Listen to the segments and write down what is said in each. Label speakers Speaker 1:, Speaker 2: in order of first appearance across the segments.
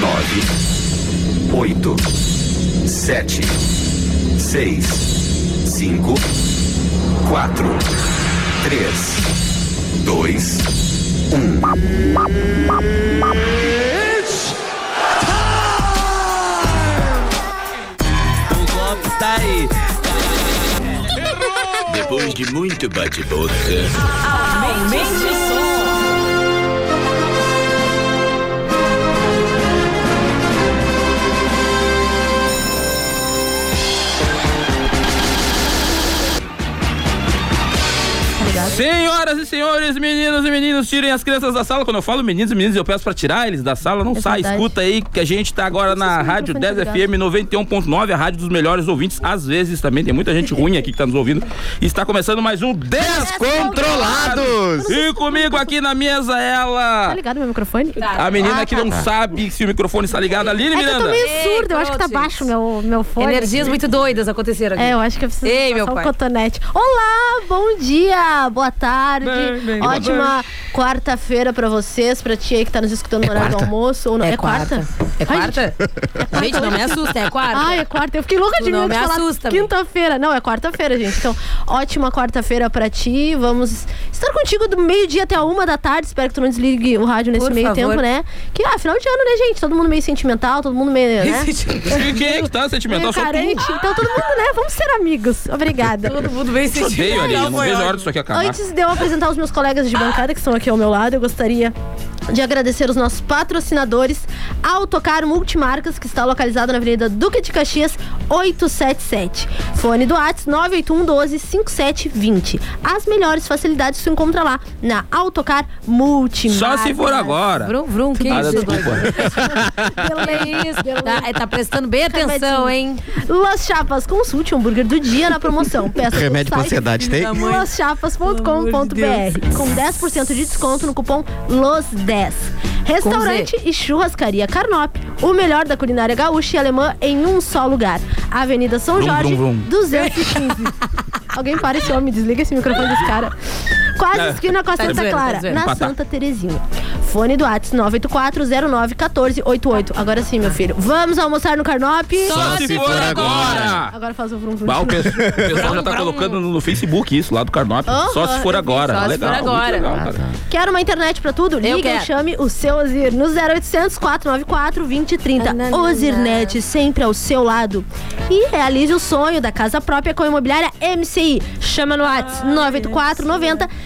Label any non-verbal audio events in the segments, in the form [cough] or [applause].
Speaker 1: nove, oito, sete, seis, cinco, quatro, três, dois, um.
Speaker 2: O golpe está Tá aí.
Speaker 3: Depois de muito bate-boca,
Speaker 4: Aumente o som.
Speaker 2: Senhoras e senhores, meninos e meninos, tirem as crianças da sala. Quando eu falo meninos e meninas, eu peço pra tirar eles da sala. Não
Speaker 5: É
Speaker 2: sai,
Speaker 5: verdade.
Speaker 2: escuta aí que a gente tá agora na
Speaker 5: Vocês têm
Speaker 2: Rádio 10
Speaker 5: microfone
Speaker 2: FM 91.9, a rádio dos melhores ouvintes. Às vezes também tem muita gente ruim aqui que tá nos ouvindo. E está começando mais um Descontrolados. E comigo aqui na mesa
Speaker 5: um Tá
Speaker 2: ela,
Speaker 5: ligado meu microfone?
Speaker 4: Tá.
Speaker 2: a menina que não sabe se o microfone está ligado. Aline
Speaker 5: É que eu tô
Speaker 2: Miranda.
Speaker 5: meio surda, eu acho que tá
Speaker 4: Ei,
Speaker 5: baixo meu, meu fone.
Speaker 4: Energias muito doidas aconteceram aqui.
Speaker 5: É, eu acho que eu preciso
Speaker 4: Ei,
Speaker 5: passar
Speaker 4: meu
Speaker 5: um
Speaker 4: pai.
Speaker 5: cotonete. Olá, bom dia, boa tarde. Ótima quarta-feira pra vocês, pra ti aí que tá nos escutando no horário do almoço. Ou não. É, quarta?
Speaker 4: É
Speaker 5: Ai,
Speaker 4: quarta? Gente, não me assusta, é quarta.
Speaker 5: Ah, é quarta. Eu fiquei louca
Speaker 4: Tu
Speaker 5: de
Speaker 4: não
Speaker 5: medo
Speaker 4: me
Speaker 5: de falar
Speaker 4: assusta, meu.
Speaker 5: quinta-feira. Não, é quarta-feira, gente. Então, ótima quarta-feira pra ti. Vamos estar contigo do meio-dia até a uma da tarde. Espero que tu não desligue o rádio nesse
Speaker 4: Por
Speaker 5: meio
Speaker 4: favor.
Speaker 5: tempo, né? Que, ah, final de ano, né, gente? Todo mundo meio sentimental, todo mundo meio, né?
Speaker 2: Quem é que tá sentimental?
Speaker 5: meio
Speaker 2: Só tu.
Speaker 5: carente. Então, todo mundo, né? Vamos ser amigos. Obrigada.
Speaker 4: Todo mundo bem
Speaker 2: Eu Odeio, Aline. Não vejo a hora disso aqui acabar.
Speaker 5: Antes de eu apresentar os meus colegas de bancada que estão aqui ao meu lado, eu gostaria de agradecer os nossos patrocinadores, Autocar Multimarcas, que está localizado na Avenida Duque de Caxias, 877. Fone do Whats 981 12 5720. As melhores facilidades se encontra lá na Autocar
Speaker 2: Só
Speaker 5: Multimarcas.
Speaker 2: se for agora.
Speaker 4: Vrum, vrum, que
Speaker 2: Nada,
Speaker 4: isso? Que
Speaker 2: desculpa.
Speaker 4: isso? Tá, é, tá prestando bem
Speaker 5: Remédio.
Speaker 4: atenção, hein?
Speaker 5: Las Chapas, consulte o hambúrguer do dia na promoção. Peça no
Speaker 6: Remédio pra
Speaker 5: site
Speaker 6: ansiedade tem?
Speaker 4: Da mãe.
Speaker 5: loschapas.com.br com 10% de desconto no cupom LOS10. Restaurante e churrascaria Carnop, o melhor da culinária gaúcha e alemã em um só lugar. Avenida São
Speaker 2: Vrum,
Speaker 5: Jorge,
Speaker 2: vrum, vrum.
Speaker 5: 215.
Speaker 4: [laughs]
Speaker 5: Alguém para esse homem, desliga esse microfone desse cara. Quase esquina com a
Speaker 4: Tá
Speaker 5: Santa
Speaker 4: zoando, tá
Speaker 5: Clara,
Speaker 4: zoando.
Speaker 5: na
Speaker 2: É. Empatar.
Speaker 5: Santa Terezinha. Fone do Whats 984091488. Agora sim, meu filho. Vamos almoçar no
Speaker 4: Ah,
Speaker 5: Carnop?
Speaker 2: Ah,
Speaker 6: Só se for agora.
Speaker 5: Agora faz o vrum vrum.
Speaker 2: Bah,
Speaker 5: de
Speaker 2: o pe- o pessoal já tá colocando no Facebook isso, lá do Carnop.
Speaker 5: Aham,
Speaker 2: Só se for agora.
Speaker 4: um. Ah, Só se for
Speaker 2: legal, muito
Speaker 4: agora. Ah,
Speaker 2: legal, cara.
Speaker 5: Quer uma internet pra tudo?
Speaker 4: Eu
Speaker 5: Liga e
Speaker 4: quero.
Speaker 5: chame o seu Ozir no 0800 494 2030.
Speaker 4: Nananana.
Speaker 5: Ozirnet sempre ao seu lado. E realize o sonho da casa própria com a imobiliária MCI. Chama no WhatsApp 984 90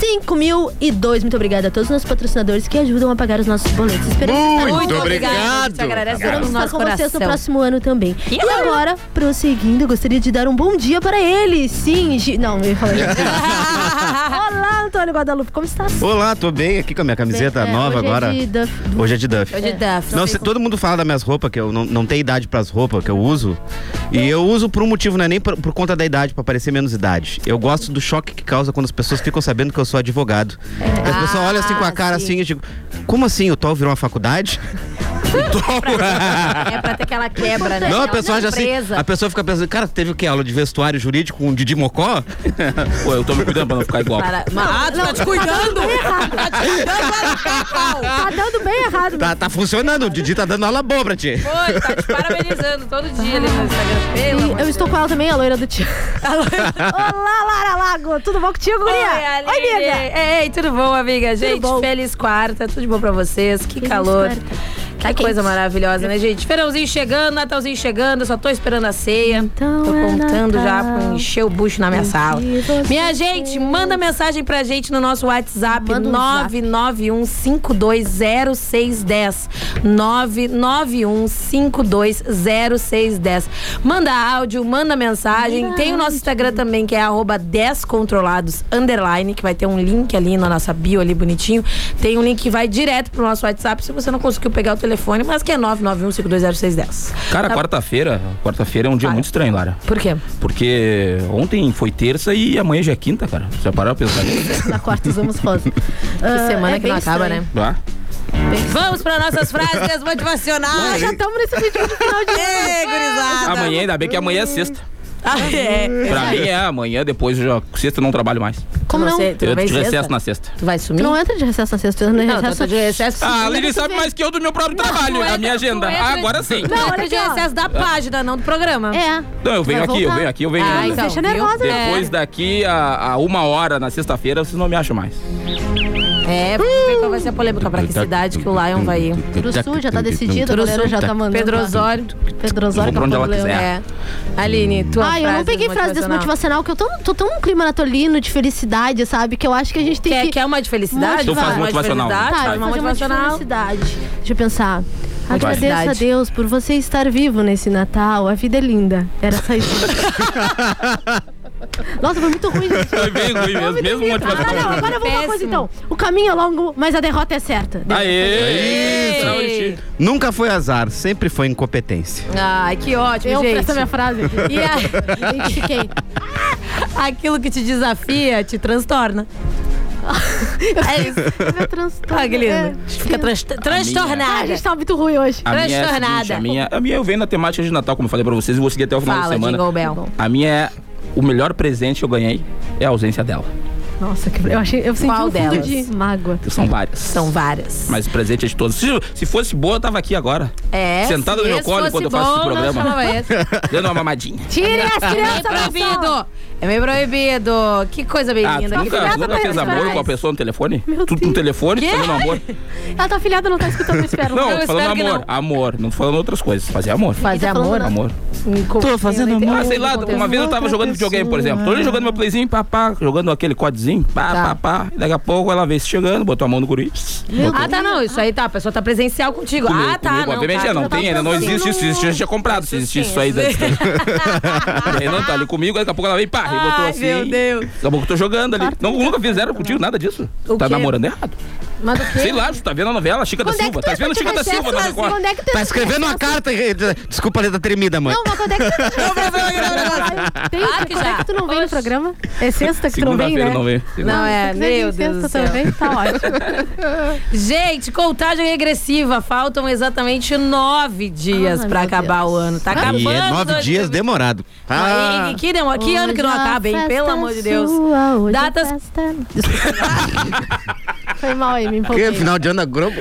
Speaker 5: 5002. Muito obrigada a todos os nossos patrocinadores que ajudam a pagar os nossos boletos. Esperamos estar-
Speaker 6: Muito
Speaker 4: obrigado.
Speaker 6: obrigado.
Speaker 4: Te agradece pelo
Speaker 5: esperamos estar
Speaker 4: nosso
Speaker 5: com vocês no
Speaker 4: coração.
Speaker 5: próximo ano também. E
Speaker 4: Uhul.
Speaker 5: agora, prosseguindo, gostaria de dar um bom dia para ele. Sim, Gi... Não, me falei.
Speaker 4: [laughs]
Speaker 5: Olá, Antônio Guadalupe, como estás?
Speaker 6: Olá, tô bem aqui com a minha camiseta
Speaker 5: É,
Speaker 6: nova
Speaker 5: hoje é
Speaker 6: agora.
Speaker 5: de Duff-
Speaker 6: Hoje é de Duff.
Speaker 4: Hoje é Duff.
Speaker 6: Não, se- todo mundo fala das minhas roupas, que eu não, não tenho idade pras roupas que eu uso. E eu uso por um motivo, não é nem por, por conta da idade, pra parecer menos idade. Eu gosto do choque que causa quando as pessoas ficam sabendo que eu sou advogado.
Speaker 5: É.
Speaker 6: As
Speaker 4: Ah,
Speaker 6: pessoas olham assim com a cara
Speaker 4: sim.
Speaker 6: assim e digo, como assim? O Tol virou
Speaker 5: [laughs]
Speaker 6: uma faculdade?
Speaker 4: É pra ter aquela quebra, né?
Speaker 6: Não, a
Speaker 4: Aquela
Speaker 6: pessoa já assim.
Speaker 4: surpresa.
Speaker 6: A pessoa fica pensando, cara, teve o quê? Aula de vestuário jurídico com o Didi Mocó?
Speaker 2: Pô, eu tô me cuidando pra não ficar igual.
Speaker 4: tá. Para... Mas, ah, tu tá te cuidando! Tá te cuidando, Alicacau!
Speaker 5: Tá dando bem errado,
Speaker 6: Tá, tá funcionando, o Didi tá dando aula boa pra ti.
Speaker 4: Oi, tá te parabenizando todo dia ali no Instagram. Pelo amor
Speaker 5: E
Speaker 4: de
Speaker 5: eu estou
Speaker 4: Deus.
Speaker 5: com ela também, a loira
Speaker 4: [laughs]
Speaker 5: do tio. Olá, Lara Lago. Tudo bom contigo, guria?
Speaker 4: Oi, Aline.
Speaker 5: amiga.
Speaker 4: Ei, tudo bom, amiga? Gente,
Speaker 5: bom.
Speaker 4: feliz quarta, tudo de bom pra vocês. Que calor.
Speaker 5: quarta. Tá
Speaker 4: Que
Speaker 5: quente.
Speaker 4: coisa maravilhosa, né, gente? Verãozinho chegando, Natalzinho chegando, eu só tô esperando a ceia.
Speaker 5: Então
Speaker 4: tô
Speaker 5: é
Speaker 4: contando já
Speaker 5: Natal.
Speaker 4: pra encher o bucho na minha sala.
Speaker 5: você
Speaker 4: Minha gente, manda mensagem pra gente no nosso WhatsApp
Speaker 5: Manda um
Speaker 4: 991520610. 991520610. Manda áudio, manda mensagem. Tem o nosso Instagram também, que é arroba descontrolados, underline, que vai ter um link ali na nossa bio, ali bonitinho. Tem um link que vai direto pro nosso WhatsApp, se você não conseguiu pegar o telefone, mas que é 991520610.
Speaker 2: Cara,
Speaker 4: Tá-
Speaker 2: quarta-feira, quarta-feira é um dia
Speaker 4: Para.
Speaker 2: muito estranho, Lara.
Speaker 4: Por quê?
Speaker 2: Porque ontem foi terça e amanhã já é quinta, cara. Você já parou pra pensar nisso?
Speaker 5: Na quarta usamos rosa.
Speaker 4: Que
Speaker 5: Ah,
Speaker 4: semana
Speaker 5: é
Speaker 4: que não acaba, né?
Speaker 2: Tá?
Speaker 4: Vamos para nossas frases motivacionais.
Speaker 5: Ah,
Speaker 4: [laughs]
Speaker 5: Nós já estamos nesse vídeo de final de ano.
Speaker 4: Ei, gurizada.
Speaker 2: Ah, Amanhã, ainda bem que amanhã é sexta.
Speaker 4: Ah, é.
Speaker 2: Pra mim é amanhã, depois eu já. Sexta eu não trabalho mais.
Speaker 5: Como não?
Speaker 4: sei, tu
Speaker 2: Eu
Speaker 4: vai
Speaker 2: tive
Speaker 4: sexta?
Speaker 2: recesso na sexta.
Speaker 4: Tu vai sumir?
Speaker 5: Tu não é- entra de recesso na sexta, tu entra de
Speaker 4: Não, tu
Speaker 5: recesso.
Speaker 4: entra de recesso.
Speaker 2: Ah, a Lili
Speaker 5: Mas tu
Speaker 2: sabe
Speaker 5: vê.
Speaker 2: mais que eu do meu próprio trabalho,
Speaker 4: Tu
Speaker 5: é
Speaker 2: da minha
Speaker 4: entra-
Speaker 2: agenda. Ah,
Speaker 4: tu entra-
Speaker 2: Agora sim.
Speaker 4: Tu entra de
Speaker 5: Olha aqui, ó.
Speaker 4: recesso da página, não do programa.
Speaker 5: É.
Speaker 2: Não, eu venho
Speaker 5: Vai
Speaker 2: aqui, eu
Speaker 5: voltar.
Speaker 2: venho aqui, eu venho.
Speaker 4: Ah,
Speaker 5: Nos
Speaker 4: então,
Speaker 5: deixa
Speaker 4: viu?
Speaker 5: nervosa. né?
Speaker 2: Depois daqui a, a uma hora na sexta-feira, vocês não me acham mais.
Speaker 4: É, vamos ver qual vai ser a polêmica, pra que
Speaker 2: Tá.
Speaker 4: cidade que o Lion vai ir.
Speaker 5: Turuçu já tá decidido, a galera já tá mandando.
Speaker 4: Pedro
Speaker 5: lá.
Speaker 4: Osório.
Speaker 5: Pedro
Speaker 2: Vou
Speaker 5: Osório
Speaker 2: pra onde ela
Speaker 5: Campo Leão.
Speaker 2: quiser.
Speaker 4: É. Aline, tua
Speaker 5: Ah, eu não
Speaker 4: frase
Speaker 5: peguei frase desmotivacional, que eu tô, tô tão num clima natolino de felicidade, sabe? Que eu acho que a gente tem
Speaker 4: Quer,
Speaker 5: que.
Speaker 4: quer uma de felicidade?
Speaker 5: Motiva- Tu faz
Speaker 4: Uma de
Speaker 2: Então motivacional.
Speaker 4: felicidade,
Speaker 5: Tá, eu
Speaker 4: uma
Speaker 5: vou fazer uma de
Speaker 4: motivacional.
Speaker 5: felicidade. Deixa eu pensar. Agradeço a
Speaker 4: Felicidade.
Speaker 5: Deus por você estar vivo nesse Natal. A vida é linda. Era só isso. Nossa, foi muito ruim, gente.
Speaker 2: Foi É bem
Speaker 4: [laughs]
Speaker 2: ruim mesmo, mesmo
Speaker 5: Ah, não,
Speaker 2: motivação.
Speaker 5: agora eu vou uma coisa
Speaker 4: Péssimo.
Speaker 5: então. O caminho é longo, mas a derrota é certa.
Speaker 2: Aê!
Speaker 4: Ei!
Speaker 2: Saúde.
Speaker 6: Nunca foi azar, sempre foi incompetência.
Speaker 4: Ai, que ótimo,
Speaker 5: Eu,
Speaker 4: gente.
Speaker 5: essa minha frase.
Speaker 4: E a-
Speaker 5: [laughs] Identifiquei.
Speaker 4: aquilo que te desafia te transtorna. [laughs] É isso.
Speaker 5: Meu transtorno.
Speaker 4: Ah,
Speaker 5: É.
Speaker 4: Guilherme. Fica trans-
Speaker 5: Ah, a
Speaker 4: transtornada.
Speaker 5: gente tá muito ruim hoje.
Speaker 2: A minha, é a, seguinte,
Speaker 4: Transtornada.
Speaker 2: a, minha, a minha eu venho na temática de Natal, como eu falei pra vocês, e vou seguir até o final da
Speaker 4: Fala,
Speaker 2: semana.
Speaker 4: Jingle Bell.
Speaker 2: A minha é. O melhor presente que eu ganhei é a ausência dela.
Speaker 5: Nossa, que... eu achei. Eu senti
Speaker 4: Qual
Speaker 5: um fundo
Speaker 4: delas?
Speaker 5: de mágoa.
Speaker 2: São várias.
Speaker 4: São várias.
Speaker 2: Mas o presente é de todos. Se, se fosse boa, eu tava aqui
Speaker 4: [laughs]
Speaker 2: agora.
Speaker 4: É.
Speaker 2: Sentada no
Speaker 4: se
Speaker 2: meu
Speaker 4: esse
Speaker 2: colo
Speaker 4: fosse
Speaker 2: quando eu faço esse
Speaker 4: bom, não
Speaker 2: programa.
Speaker 4: chamava
Speaker 2: [laughs]
Speaker 4: esse.
Speaker 2: Dando uma mamadinha.
Speaker 5: Tirem as
Speaker 4: É meio
Speaker 5: crianças da sala.
Speaker 4: proibido. É meio proibido. Que coisa bem
Speaker 2: Ah, tu
Speaker 4: linda. que
Speaker 2: nunca,
Speaker 4: criança
Speaker 2: tu nunca
Speaker 4: bem
Speaker 2: fez amor
Speaker 4: faz.
Speaker 2: com a pessoa no telefone?
Speaker 5: Meu
Speaker 2: Tudo
Speaker 5: Deus.
Speaker 2: no telefone,
Speaker 4: Quê?
Speaker 2: fazendo amor.
Speaker 5: A tua filhada não tá escutando, eu espero.
Speaker 2: Não,
Speaker 4: Eu
Speaker 2: falando
Speaker 4: espero que
Speaker 2: amor.
Speaker 4: não.
Speaker 2: Amor. Não tô falando outras coisas. Fazer amor.
Speaker 4: Fazer
Speaker 5: Tá
Speaker 4: amor?
Speaker 5: falando
Speaker 2: Amor.
Speaker 4: Tô fazendo amor.
Speaker 2: Ah, sei lá, uma vez eu tava jogando videogame, por exemplo. Tô ali jogando meu playzinho, pá, pá, jogando aquele codezinho, pá,
Speaker 4: Tá.
Speaker 2: pá, pá. Daqui a pouco ela vê se chegando, botou a mão no guri.
Speaker 4: Ah, tá, não. Isso aí tá. A pessoa tá presencial contigo.
Speaker 2: Comigo,
Speaker 4: ah, tá.
Speaker 2: comigo.
Speaker 4: não,
Speaker 2: Obviamente
Speaker 4: tá.
Speaker 2: é, não
Speaker 5: tava
Speaker 2: tem, ainda não
Speaker 5: pensando
Speaker 2: existe isso. Existe, eu já tinha comprado se
Speaker 4: [laughs]
Speaker 2: existisse isso aí. da distância. Aí não tá ali comigo, daqui a pouco ela vem, pá, e botou
Speaker 4: Ai,
Speaker 2: assim.
Speaker 4: meu Deus.
Speaker 2: Daqui a pouco eu tô jogando ali. Não, nunca fizeram contigo nada disso.
Speaker 4: O
Speaker 2: Tá
Speaker 4: quê?
Speaker 2: namorando errado.
Speaker 4: Mas o quê?
Speaker 2: Sei lá, tu tá vendo a novela, Chica da
Speaker 5: Quando é que
Speaker 2: Silva.
Speaker 5: tu
Speaker 2: Tá
Speaker 5: entra
Speaker 2: vendo
Speaker 5: de
Speaker 2: Chica da
Speaker 5: recesso
Speaker 2: Silva na
Speaker 5: assim?
Speaker 2: Record?
Speaker 5: Quando é que tu
Speaker 6: Tá
Speaker 5: entra de
Speaker 6: escrevendo uma
Speaker 5: recesso?
Speaker 6: carta. eh, Desculpa, letra tremida, mãe.
Speaker 5: Não, mas
Speaker 2: [laughs]
Speaker 5: quando é que tu entra de Tem
Speaker 4: Ah,
Speaker 5: outra,
Speaker 4: que
Speaker 5: quando
Speaker 4: já.
Speaker 5: é que tu não vem no programa? É sexta que tu não vem,
Speaker 2: Segunda-feira
Speaker 5: né?
Speaker 2: não vem.
Speaker 4: Não, é,
Speaker 5: Se tu quiser
Speaker 4: meu
Speaker 5: vir
Speaker 4: Deus do
Speaker 5: Sexta
Speaker 4: céu.
Speaker 5: também, tá ótimo.
Speaker 4: Gente, contagem regressiva. Faltam exatamente nove dias
Speaker 5: Ai,
Speaker 4: pra
Speaker 5: meu
Speaker 4: acabar o ano. Tá acabando.
Speaker 6: E é nove
Speaker 4: 2020.
Speaker 6: dias demorado. Ah,
Speaker 2: Ah.
Speaker 4: Aí, que, demo- que ano que não
Speaker 5: Hoje é a
Speaker 4: acaba, hein?
Speaker 5: festa
Speaker 4: Pelo amor de Deus.
Speaker 5: sua, hoje é a
Speaker 4: Datas- [laughs]
Speaker 5: festa- Foi mal aí, me empolguei.
Speaker 6: Porque final de ano é Globo.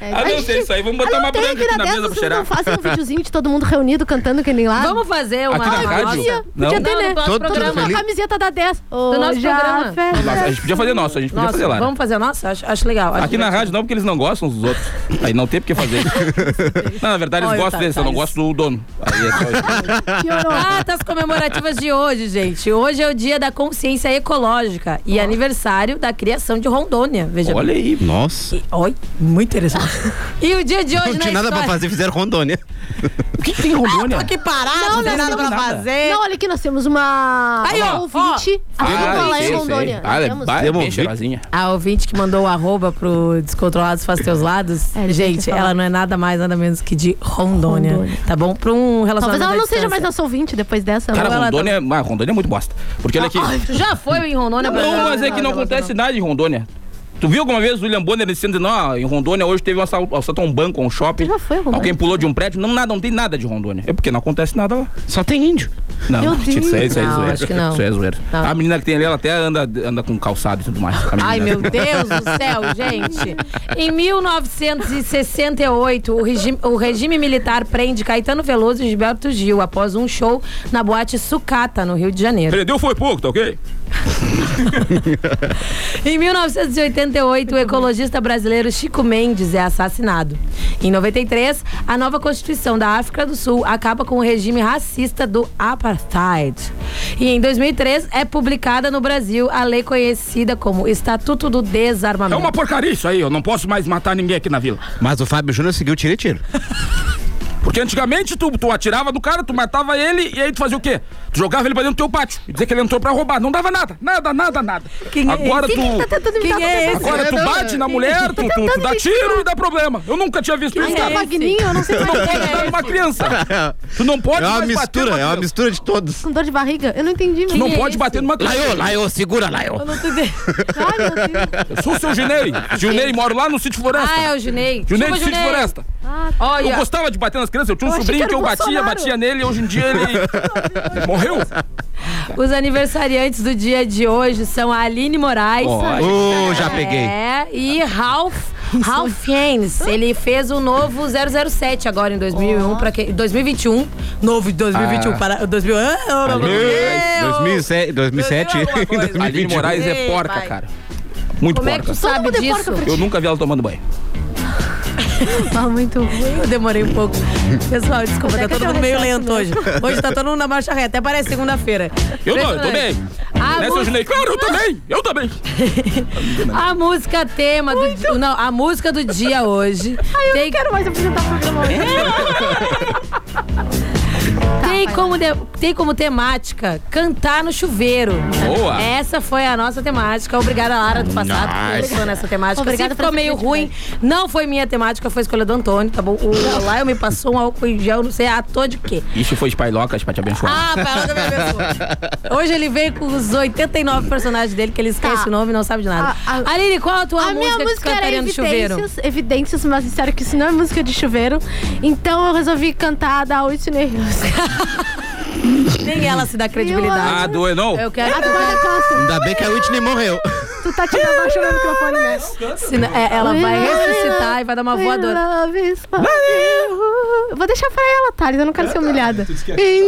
Speaker 5: É,
Speaker 2: Ah,
Speaker 5: a
Speaker 2: não
Speaker 5: gente-
Speaker 2: sei isso aí. Vamos
Speaker 5: Ah,
Speaker 2: botar
Speaker 5: não
Speaker 2: uma
Speaker 5: tem
Speaker 2: branca
Speaker 5: aqui
Speaker 2: aqui na
Speaker 5: na
Speaker 2: mesa pra
Speaker 5: vocês não
Speaker 2: cheirar.
Speaker 5: fazem um videozinho de todo mundo reunido cantando que nem lá?
Speaker 4: Vamos fazer uma.
Speaker 2: Aqui na
Speaker 4: uma
Speaker 2: rádio?
Speaker 4: nossa?
Speaker 2: Não.
Speaker 5: Podia ter,
Speaker 4: Não, no
Speaker 5: né?
Speaker 4: próximo
Speaker 6: Todo- todo
Speaker 4: programa.
Speaker 5: A
Speaker 6: feliz.
Speaker 5: camiseta da é 10. Do
Speaker 4: nosso programa.
Speaker 2: Nossa, a gente podia fazer nossa, a gente podia
Speaker 4: Nossa,
Speaker 2: fazer lá. né?
Speaker 4: vamos fazer a nossa? Acho, acho legal. acho
Speaker 2: Aqui na
Speaker 4: legal.
Speaker 2: rádio não, porque eles não gostam uns dos outros. Aí não tem
Speaker 4: [laughs]
Speaker 2: porque fazer. Não, na verdade eles
Speaker 4: Olha o
Speaker 2: gostam deles, eu não
Speaker 4: Tatares.
Speaker 2: gosto do dono. Aí é só isso.
Speaker 4: Datas Ah, tá comemorativas de hoje, gente. Hoje é o dia da consciência ecológica e aniversário da criação de Rondônia. Veja
Speaker 2: Olha
Speaker 4: bem.
Speaker 2: aí.
Speaker 6: Nossa.
Speaker 4: E- Oi, muito interessante. e o dia de hoje
Speaker 6: Não tinha
Speaker 4: na
Speaker 6: nada pra
Speaker 4: história...
Speaker 6: fazer, fizeram Rondônia.
Speaker 2: O que, que tem em Rondônia?
Speaker 4: Tô aqui parado, não, tem nada pra
Speaker 2: nada.
Speaker 4: fazer.
Speaker 5: Não, olha aqui, nós temos uma,
Speaker 4: É. Aí,
Speaker 5: uma
Speaker 4: ó,
Speaker 5: ouvinte.
Speaker 4: ó.
Speaker 5: aqui
Speaker 2: Ah,
Speaker 5: ah, lá
Speaker 2: sei,
Speaker 5: em
Speaker 2: sei.
Speaker 5: Rondônia.
Speaker 2: Ah, ela é
Speaker 5: Temos.
Speaker 2: ba- é bem
Speaker 6: Demovido.
Speaker 2: cheirosinha.
Speaker 4: A ouvinte que mandou o arroba pro Descontrolados Faz Teus Lados.
Speaker 5: É, ele tem que
Speaker 4: gente,
Speaker 5: falar.
Speaker 4: ela não é nada mais, nada menos que de Rondônia.
Speaker 5: Rondônia.
Speaker 4: Tá bom? Pra um relacionamento.
Speaker 5: Talvez ela
Speaker 4: à
Speaker 5: não seja mais
Speaker 4: distância.
Speaker 5: nossa ouvinte depois dessa.
Speaker 2: Cara,
Speaker 5: né?
Speaker 4: ela
Speaker 2: Rondônia, é- ah, Rondônia é muito bosta. Porque olha aqui.
Speaker 4: Tu já foi em Rondônia? pra-
Speaker 2: Não, mas é que não acontece nada em Rondônia. Tu viu alguma vez o William Bonner dizendo, não, em Rondônia hoje teve um assalto, assalto a um banco, a um shopping.
Speaker 5: Já foi a Rondônia?
Speaker 2: Alguém pulou de um prédio. Não, nada, não tem nada de Rondônia. É porque não acontece nada lá.
Speaker 6: Só tem índio.
Speaker 2: Não,
Speaker 5: Meu
Speaker 2: isso aí,
Speaker 5: Deus.
Speaker 2: isso aí é
Speaker 4: Não,
Speaker 2: zoeira.
Speaker 4: acho que não.
Speaker 2: Isso aí é zoeira.
Speaker 4: Não.
Speaker 2: A menina que tem ali, ela até anda, anda com calçado e tudo mais. A
Speaker 4: Ai,
Speaker 2: menina-
Speaker 4: meu Deus do céu, gente. Em 1968, o regime, o regime militar prende Caetano Veloso e Gilberto Gil após um show na boate Sucata, no Rio de Janeiro.
Speaker 2: Prendeu foi pouco, tá ok?
Speaker 4: Em 1988, o ecologista brasileiro Chico Mendes é assassinado. Em 93, a nova Constituição da África do Sul acaba com o regime racista do apartheid. E em 2003 é publicada no Brasil a lei conhecida como Estatuto do
Speaker 2: É
Speaker 4: Desarmamento.
Speaker 2: uma porcaria isso aí, eu não posso mais matar ninguém aqui na vila.
Speaker 6: Mas o Fábio Júnior seguiu tiro e tiro.
Speaker 2: Porque antigamente tu, tu atirava no cara, tu matava ele e aí tu fazia o quê? Tu jogava ele pra dentro do teu pátio e dizia que ele entrou pra roubar. Não dava nada, nada, nada, nada.
Speaker 4: Quem é
Speaker 2: agora
Speaker 4: esse? é Quem
Speaker 2: tu.
Speaker 5: Tá Tentando imitar
Speaker 4: Quem é
Speaker 5: você.
Speaker 4: esse?
Speaker 2: Agora tu bate na mulher, tu, tu- tu
Speaker 5: tentando
Speaker 2: dá
Speaker 4: é
Speaker 5: me
Speaker 2: tiro e dá problema. Eu nunca tinha visto isso,
Speaker 5: Esse é
Speaker 2: cara.
Speaker 5: magninho, eu não sei
Speaker 2: Tu
Speaker 5: mais
Speaker 2: não
Speaker 5: o que
Speaker 2: [laughs] pode dar
Speaker 5: é.
Speaker 6: [laughs]
Speaker 2: numa criança. Tu não pode
Speaker 6: É uma
Speaker 2: mais
Speaker 6: mistura,
Speaker 2: bater
Speaker 6: é
Speaker 2: numa
Speaker 6: uma
Speaker 2: criança.
Speaker 6: mistura de todos.
Speaker 5: Com dor de barriga? Eu não entendi.
Speaker 2: Tu
Speaker 5: mesmo.
Speaker 4: é
Speaker 2: não pode bater numa criança.
Speaker 6: Laiô, Laiô, segura,
Speaker 2: É
Speaker 6: Laiô.
Speaker 5: Ai, meu Deus.
Speaker 4: [laughs]
Speaker 2: Eu sou o seu Junei. Junei, moro lá no sítio Floresta.
Speaker 4: Ah, é o Junei.
Speaker 2: Junei
Speaker 4: Chupa,
Speaker 2: do sítio Floresta. Eu
Speaker 4: Olha,
Speaker 2: gostava de bater nas crianças, eu tinha um
Speaker 5: Eu achei
Speaker 2: sobrinho
Speaker 5: que
Speaker 2: que eu
Speaker 5: era o
Speaker 2: batia,
Speaker 5: Bolsonaro.
Speaker 2: batia nele, e hoje em dia
Speaker 4: [laughs]
Speaker 2: ele [laughs] morreu.
Speaker 4: os aniversariantes do dia de hoje são a Aline Moraes.
Speaker 6: Ô, já peguei.
Speaker 4: É, e Ralph. Ralph Fiennes, ele fez o novo 007 agora em 2001, pra que, 2021. Novo de 2021
Speaker 2: Ah.
Speaker 4: para 2000. Ah, oh, meu Deus.
Speaker 6: 2007, 2007
Speaker 4: Meu
Speaker 6: [laughs]
Speaker 4: Deus, alguma coisa.
Speaker 2: Aline
Speaker 6: 2021.
Speaker 2: Moraes é
Speaker 4: Ei,
Speaker 2: porca,
Speaker 4: pai.
Speaker 2: cara. Muito
Speaker 4: Como é que
Speaker 2: porca.
Speaker 4: tu sabe
Speaker 5: mundo é
Speaker 4: disso?
Speaker 5: porca pra
Speaker 2: Eu nunca vi ela tomando banho.
Speaker 5: Tá muito ruim.
Speaker 4: Eu demorei um pouco. Pessoal, desculpa,
Speaker 5: Onde é
Speaker 4: tá
Speaker 5: que
Speaker 4: todo
Speaker 5: tá o
Speaker 4: mundo meio
Speaker 5: recesso
Speaker 4: lento hoje. Hoje tá todo mundo na marcha reta, até parece segunda-feira.
Speaker 2: Eu não, eu tô bem.
Speaker 4: A
Speaker 2: né, seu
Speaker 4: música-
Speaker 2: Ginei? Claro, eu também. Eu também.
Speaker 4: A música tema do não, a música do dia hoje tem,
Speaker 5: Quero mais apresentar o programa hoje. Tá,
Speaker 4: tem como de- tem como temática cantar no chuveiro.
Speaker 2: Boa.
Speaker 4: Essa foi a nossa temática. Obrigada Lara do passado que pensou nessa temática.
Speaker 5: Obrigada
Speaker 4: Se ficou
Speaker 5: por
Speaker 4: meio
Speaker 5: essa
Speaker 4: ruim. Não foi minha temática, foi escolha do Antônio, tá bom? O lá eu me passou um álcool em gel, não sei à toa de quê.
Speaker 2: Isso foi Spailocas pra te abençoar.
Speaker 4: Ah, Paola da minha pessoa. Hoje ele veio com os 89 personagens dele, que ele esquece
Speaker 5: Tá.
Speaker 4: o nome e não sabe de nada.
Speaker 5: A- a-
Speaker 4: Aline, qual a tua
Speaker 5: A
Speaker 4: música, que
Speaker 5: minha
Speaker 4: tu
Speaker 5: música era
Speaker 4: cantaria no chuveiro?
Speaker 5: Evidências, Evidências, mas disseram que isso não é música de chuveiro. Então eu resolvi cantar da Whitney
Speaker 4: [laughs]
Speaker 5: Houston.
Speaker 4: Nem ela se dá
Speaker 2: Ah,
Speaker 4: credibilidade.
Speaker 2: do Enon?
Speaker 4: Eu quero.
Speaker 5: A Duda Costa.
Speaker 6: Ainda bem que a Whitney morreu.
Speaker 5: Tu tá tirando abaixo o microfone, né?
Speaker 4: Se não- é, ela vai ressuscitar e vai dar uma
Speaker 5: We
Speaker 4: voadora.
Speaker 5: love is for you. Eu Vou deixar pra ela, Thales, eu não quero ser humilhada.
Speaker 6: Ainda virei,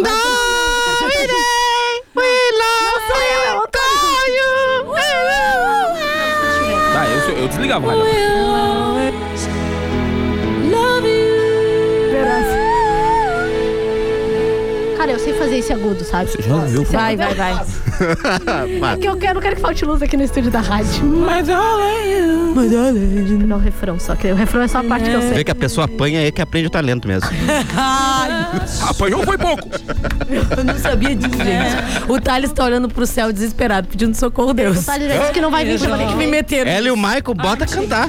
Speaker 6: we love
Speaker 5: Sou eu, é o Antônio.
Speaker 2: Tá, eu, eu desligava. Olha.
Speaker 5: Cara, eu sei fazer esse agudo, sabe?
Speaker 2: Já ouviu?
Speaker 4: Vai, vai, vai.
Speaker 5: Porque eu quero, eu quero que falte luz aqui no estúdio da rádio.
Speaker 2: Mas olha.
Speaker 5: Não, o refrão só, que o refrão é só a parte que eu sei.
Speaker 6: Vê que a pessoa apanha é que aprende o talento mesmo.
Speaker 2: Apanhou foi pouco.
Speaker 4: Eu não sabia disso, gente. O Thales tá olhando pro céu desesperado, pedindo socorro, Deus.
Speaker 5: O Thales já disse que não vai vir pra
Speaker 4: Que me meteram.
Speaker 6: Ela e o Michael bota a cantar.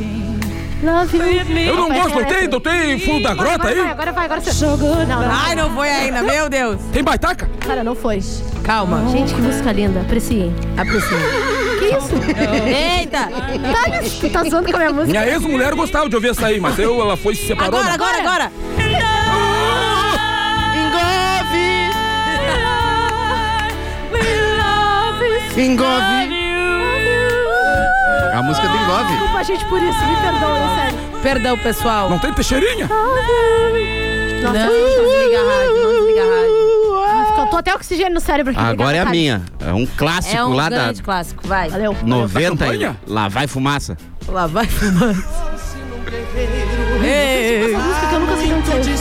Speaker 5: Love you.
Speaker 2: Eu não
Speaker 5: Vai,
Speaker 2: gosto, não
Speaker 5: vai,
Speaker 4: assim.
Speaker 2: tem, não tem fundo da grota
Speaker 5: Agora vai,
Speaker 2: aí?
Speaker 5: agora vai, agora você. Não, não,
Speaker 4: Ai, não foi ainda, meu Deus.
Speaker 2: Tem baitaca?
Speaker 5: cara, não foi.
Speaker 4: Calma.
Speaker 5: Gente, que música linda. Apreciem.
Speaker 4: Aproxima.
Speaker 5: Que
Speaker 2: [laughs]
Speaker 5: isso?
Speaker 4: Eita!
Speaker 5: Thales, tu tá zoando com a minha música?
Speaker 2: Minha ex-mulher gostava de ouvir essa aí, mas eu, ela foi e se separou.
Speaker 4: assim. Agora,
Speaker 2: né?
Speaker 4: agora, agora.
Speaker 6: Engove, engove. A música do engove.
Speaker 5: Desculpa a gente por isso, me perdoa, é sério.
Speaker 4: Perdão, pessoal.
Speaker 2: Não tem teixeirinha?
Speaker 4: Não, não desliga a rádio, não desliga a rádio.
Speaker 5: Faltou até oxigênio no cérebro aqui.
Speaker 6: Agora é a
Speaker 5: Obrigada,
Speaker 6: minha. É um clássico
Speaker 4: É um
Speaker 6: lá da
Speaker 4: grande clássico, vai.
Speaker 5: Thales. Valeu.
Speaker 6: 90.
Speaker 2: campanha?
Speaker 6: Lá vai fumaça.
Speaker 4: Lá vai fumando. Ei,
Speaker 5: Essa música que eu nunca um sei cantei.
Speaker 4: que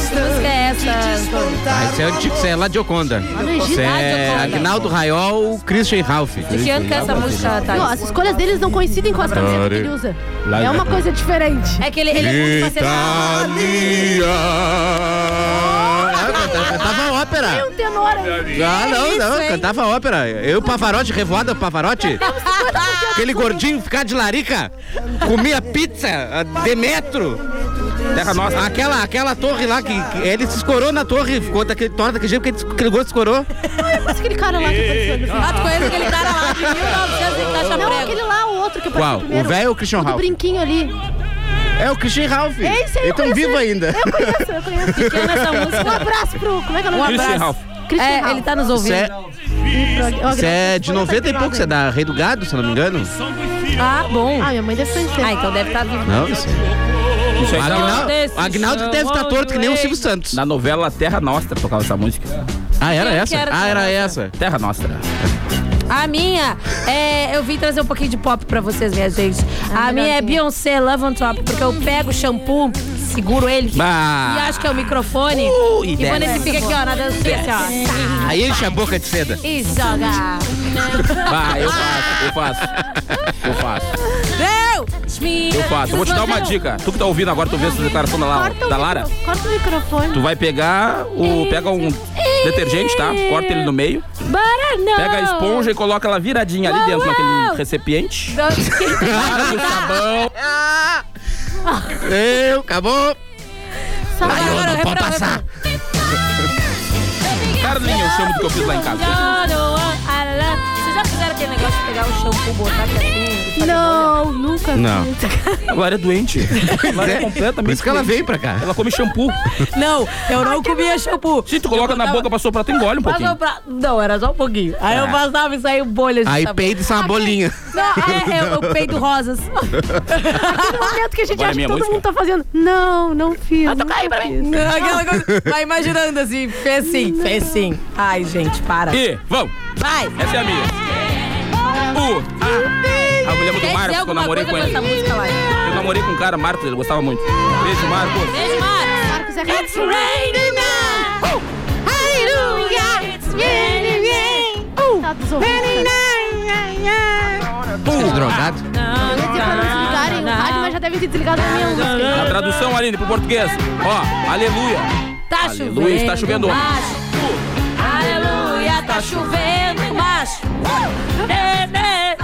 Speaker 4: é essa? Antônio?
Speaker 6: Ah, esse é antigo, isso é lá de Oconda. Isso é
Speaker 4: Gioconda.
Speaker 6: Agnaldo Raiol, Christian e Ralph.
Speaker 4: De que ano que é essa música,
Speaker 5: Ó,
Speaker 4: Thales?
Speaker 5: as escolhas deles não coincidem com as camisetas que ele usa. É uma coisa diferente.
Speaker 4: É que ele, ele é muito parceiro.
Speaker 6: Ah, eu cantava- Cantava ópera.
Speaker 5: Tem um tenor aí.
Speaker 6: Ah, não,
Speaker 4: É isso,
Speaker 6: não,
Speaker 4: hein?
Speaker 6: cantava ópera. Eu, Pavarotti, revoada Pavarotti. Aquele gordinho ficar de larica. Comia pizza, a Demetro. Terra nossa. Aquela, aquela torre lá que, que ele se escorou na torre, ficou daquele torre daquele jeito que ele se- aquele gordo se escorou.
Speaker 5: Mas aquele cara lá que apareceu no filme.
Speaker 4: Ah, tu conhece aquele cara lá de 1900 em caixa
Speaker 5: Não,
Speaker 4: prego.
Speaker 5: aquele lá, o outro que apareceu
Speaker 6: Qual? O
Speaker 5: primeiro.
Speaker 6: velho ou o Christian
Speaker 5: O do
Speaker 6: Ralph?
Speaker 5: brinquinho ali.
Speaker 6: É o Christian Ralph.
Speaker 5: Esse aí eu
Speaker 6: Eles tão
Speaker 5: conheço.
Speaker 6: vivo ainda.
Speaker 5: Eu conheço, eu conheço.
Speaker 4: Que ano é essa música? Um
Speaker 5: Um abraço pro... Como é que é o nome?
Speaker 2: Christian
Speaker 5: dele?
Speaker 2: Ralph.
Speaker 5: Christian
Speaker 4: É,
Speaker 5: Ralph.
Speaker 4: ele tá nos
Speaker 6: Isso
Speaker 4: ouvindo.
Speaker 6: é, isso é de 90
Speaker 4: tá
Speaker 6: e pouco, isso é da Rei do Gado, se eu não me engano.
Speaker 4: Ah, bom.
Speaker 5: né? Ah, minha mãe deve conhecer.
Speaker 4: Ah, então deve estar vivo.
Speaker 6: Não, isso é.
Speaker 2: Isso aí tá
Speaker 6: Agnaldo, Agnaldo deve estar torto que nem o Silvio Santos.
Speaker 2: na novela Terra Nostra tocava essa música.
Speaker 6: Ah, era
Speaker 4: Quem que
Speaker 6: essa?
Speaker 4: era
Speaker 6: Ah, era
Speaker 4: essa?
Speaker 6: essa.
Speaker 2: Terra Nostra.
Speaker 4: A minha, é, eu vim trazer um pouquinho de pop pra vocês, minha gente.
Speaker 5: Ah,
Speaker 4: A minha é
Speaker 5: melhorzinho.
Speaker 4: Beyoncé Love on Top, porque eu pego o shampoo, seguro ele
Speaker 6: Bah.
Speaker 4: e acho que é o microfone.
Speaker 6: Uh, e
Speaker 4: e quando ele fica aqui, ó, na dancinha, assim, ó. tá,
Speaker 6: Aí enche a boca é de seda.
Speaker 4: E joga.
Speaker 2: Bah, eu faço, eu faço. Eu faço,
Speaker 4: Deu!
Speaker 2: eu faço. Eu vou te dar uma dica. Tu que tá ouvindo agora, tu vê essa declaração da, La-
Speaker 5: Corta o
Speaker 2: da Lara.
Speaker 5: micro- Corta o microfone.
Speaker 2: Tu vai pegar o. Pega um detergente, tá? Corta ele no meio. Pega a esponja e coloca ela viradinha ali dentro naquele recipiente. Larga o
Speaker 4: tá
Speaker 2: sabão.
Speaker 6: Eu, É, acabou.
Speaker 5: Sabe?
Speaker 6: Aí eu
Speaker 4: Agora,
Speaker 6: não
Speaker 4: refrão,
Speaker 6: pode passar.
Speaker 2: Carlinhos, eu chamo do que eu fiz lá em casa.
Speaker 4: ah, Vocês já fizeram aquele negócio de pegar o shampoo, botar aqui assim. fazer
Speaker 5: Não, nunca
Speaker 6: tá Não.
Speaker 5: vi.
Speaker 2: A Glória é doente. A Glória é completamente.
Speaker 6: Por isso que ela
Speaker 2: doente.
Speaker 6: veio pra
Speaker 4: Tá
Speaker 6: cá.
Speaker 2: Ela come shampoo.
Speaker 4: [laughs] bolha. Não, eu não comia shampoo.
Speaker 2: Se tu coloca na boca pra soprar, tu engole um
Speaker 4: Passou
Speaker 2: pouquinho.
Speaker 4: pra... Não, era só um pouquinho. Aí eu passava e saiu bolha de
Speaker 6: Aí
Speaker 4: sabão.
Speaker 6: peito são uma bolinha.
Speaker 4: Não, [laughs] é, é, eu peido rosas. [laughs]
Speaker 5: Aquele um momento que a gente
Speaker 2: Agora
Speaker 5: acha
Speaker 2: é
Speaker 5: que
Speaker 2: minha
Speaker 5: todo
Speaker 2: música?
Speaker 5: mundo tá fazendo. Não, não fiz.
Speaker 4: Ah, toca aí pra mim. Não, Aquela coisa. Vai imaginando assim, fez sim, fez sim. Ai, gente, para.
Speaker 2: E vamos!
Speaker 4: Vai.
Speaker 2: Essa é a minha. O. A, a mulher do
Speaker 4: Quer dizer
Speaker 2: Marcos, que eu
Speaker 4: é alguma coisa
Speaker 2: namorei com
Speaker 4: com
Speaker 2: ele.
Speaker 4: essa música lá?
Speaker 2: Eu namorei com um cara, Marcos, ele gostava muito. Beijo, Marcos.
Speaker 4: Beijo, Marcos.
Speaker 5: Marcos é
Speaker 4: It's raining now. Hallelujah, it's raining now.
Speaker 5: Tá dos ouvidos,
Speaker 4: Raining
Speaker 5: tá?
Speaker 4: now.
Speaker 6: Pum, drogado.
Speaker 5: Eu ia dizer pra não desligarem o rádio, mas já devem ter desligado a minha música.
Speaker 2: A tradução, Aline, pro português. Ó, aleluia.
Speaker 4: Tá
Speaker 2: Aleluia,
Speaker 4: chovendo.
Speaker 2: está chovendo.
Speaker 4: macho. Aleluia, tá chovendo, macho. É, né?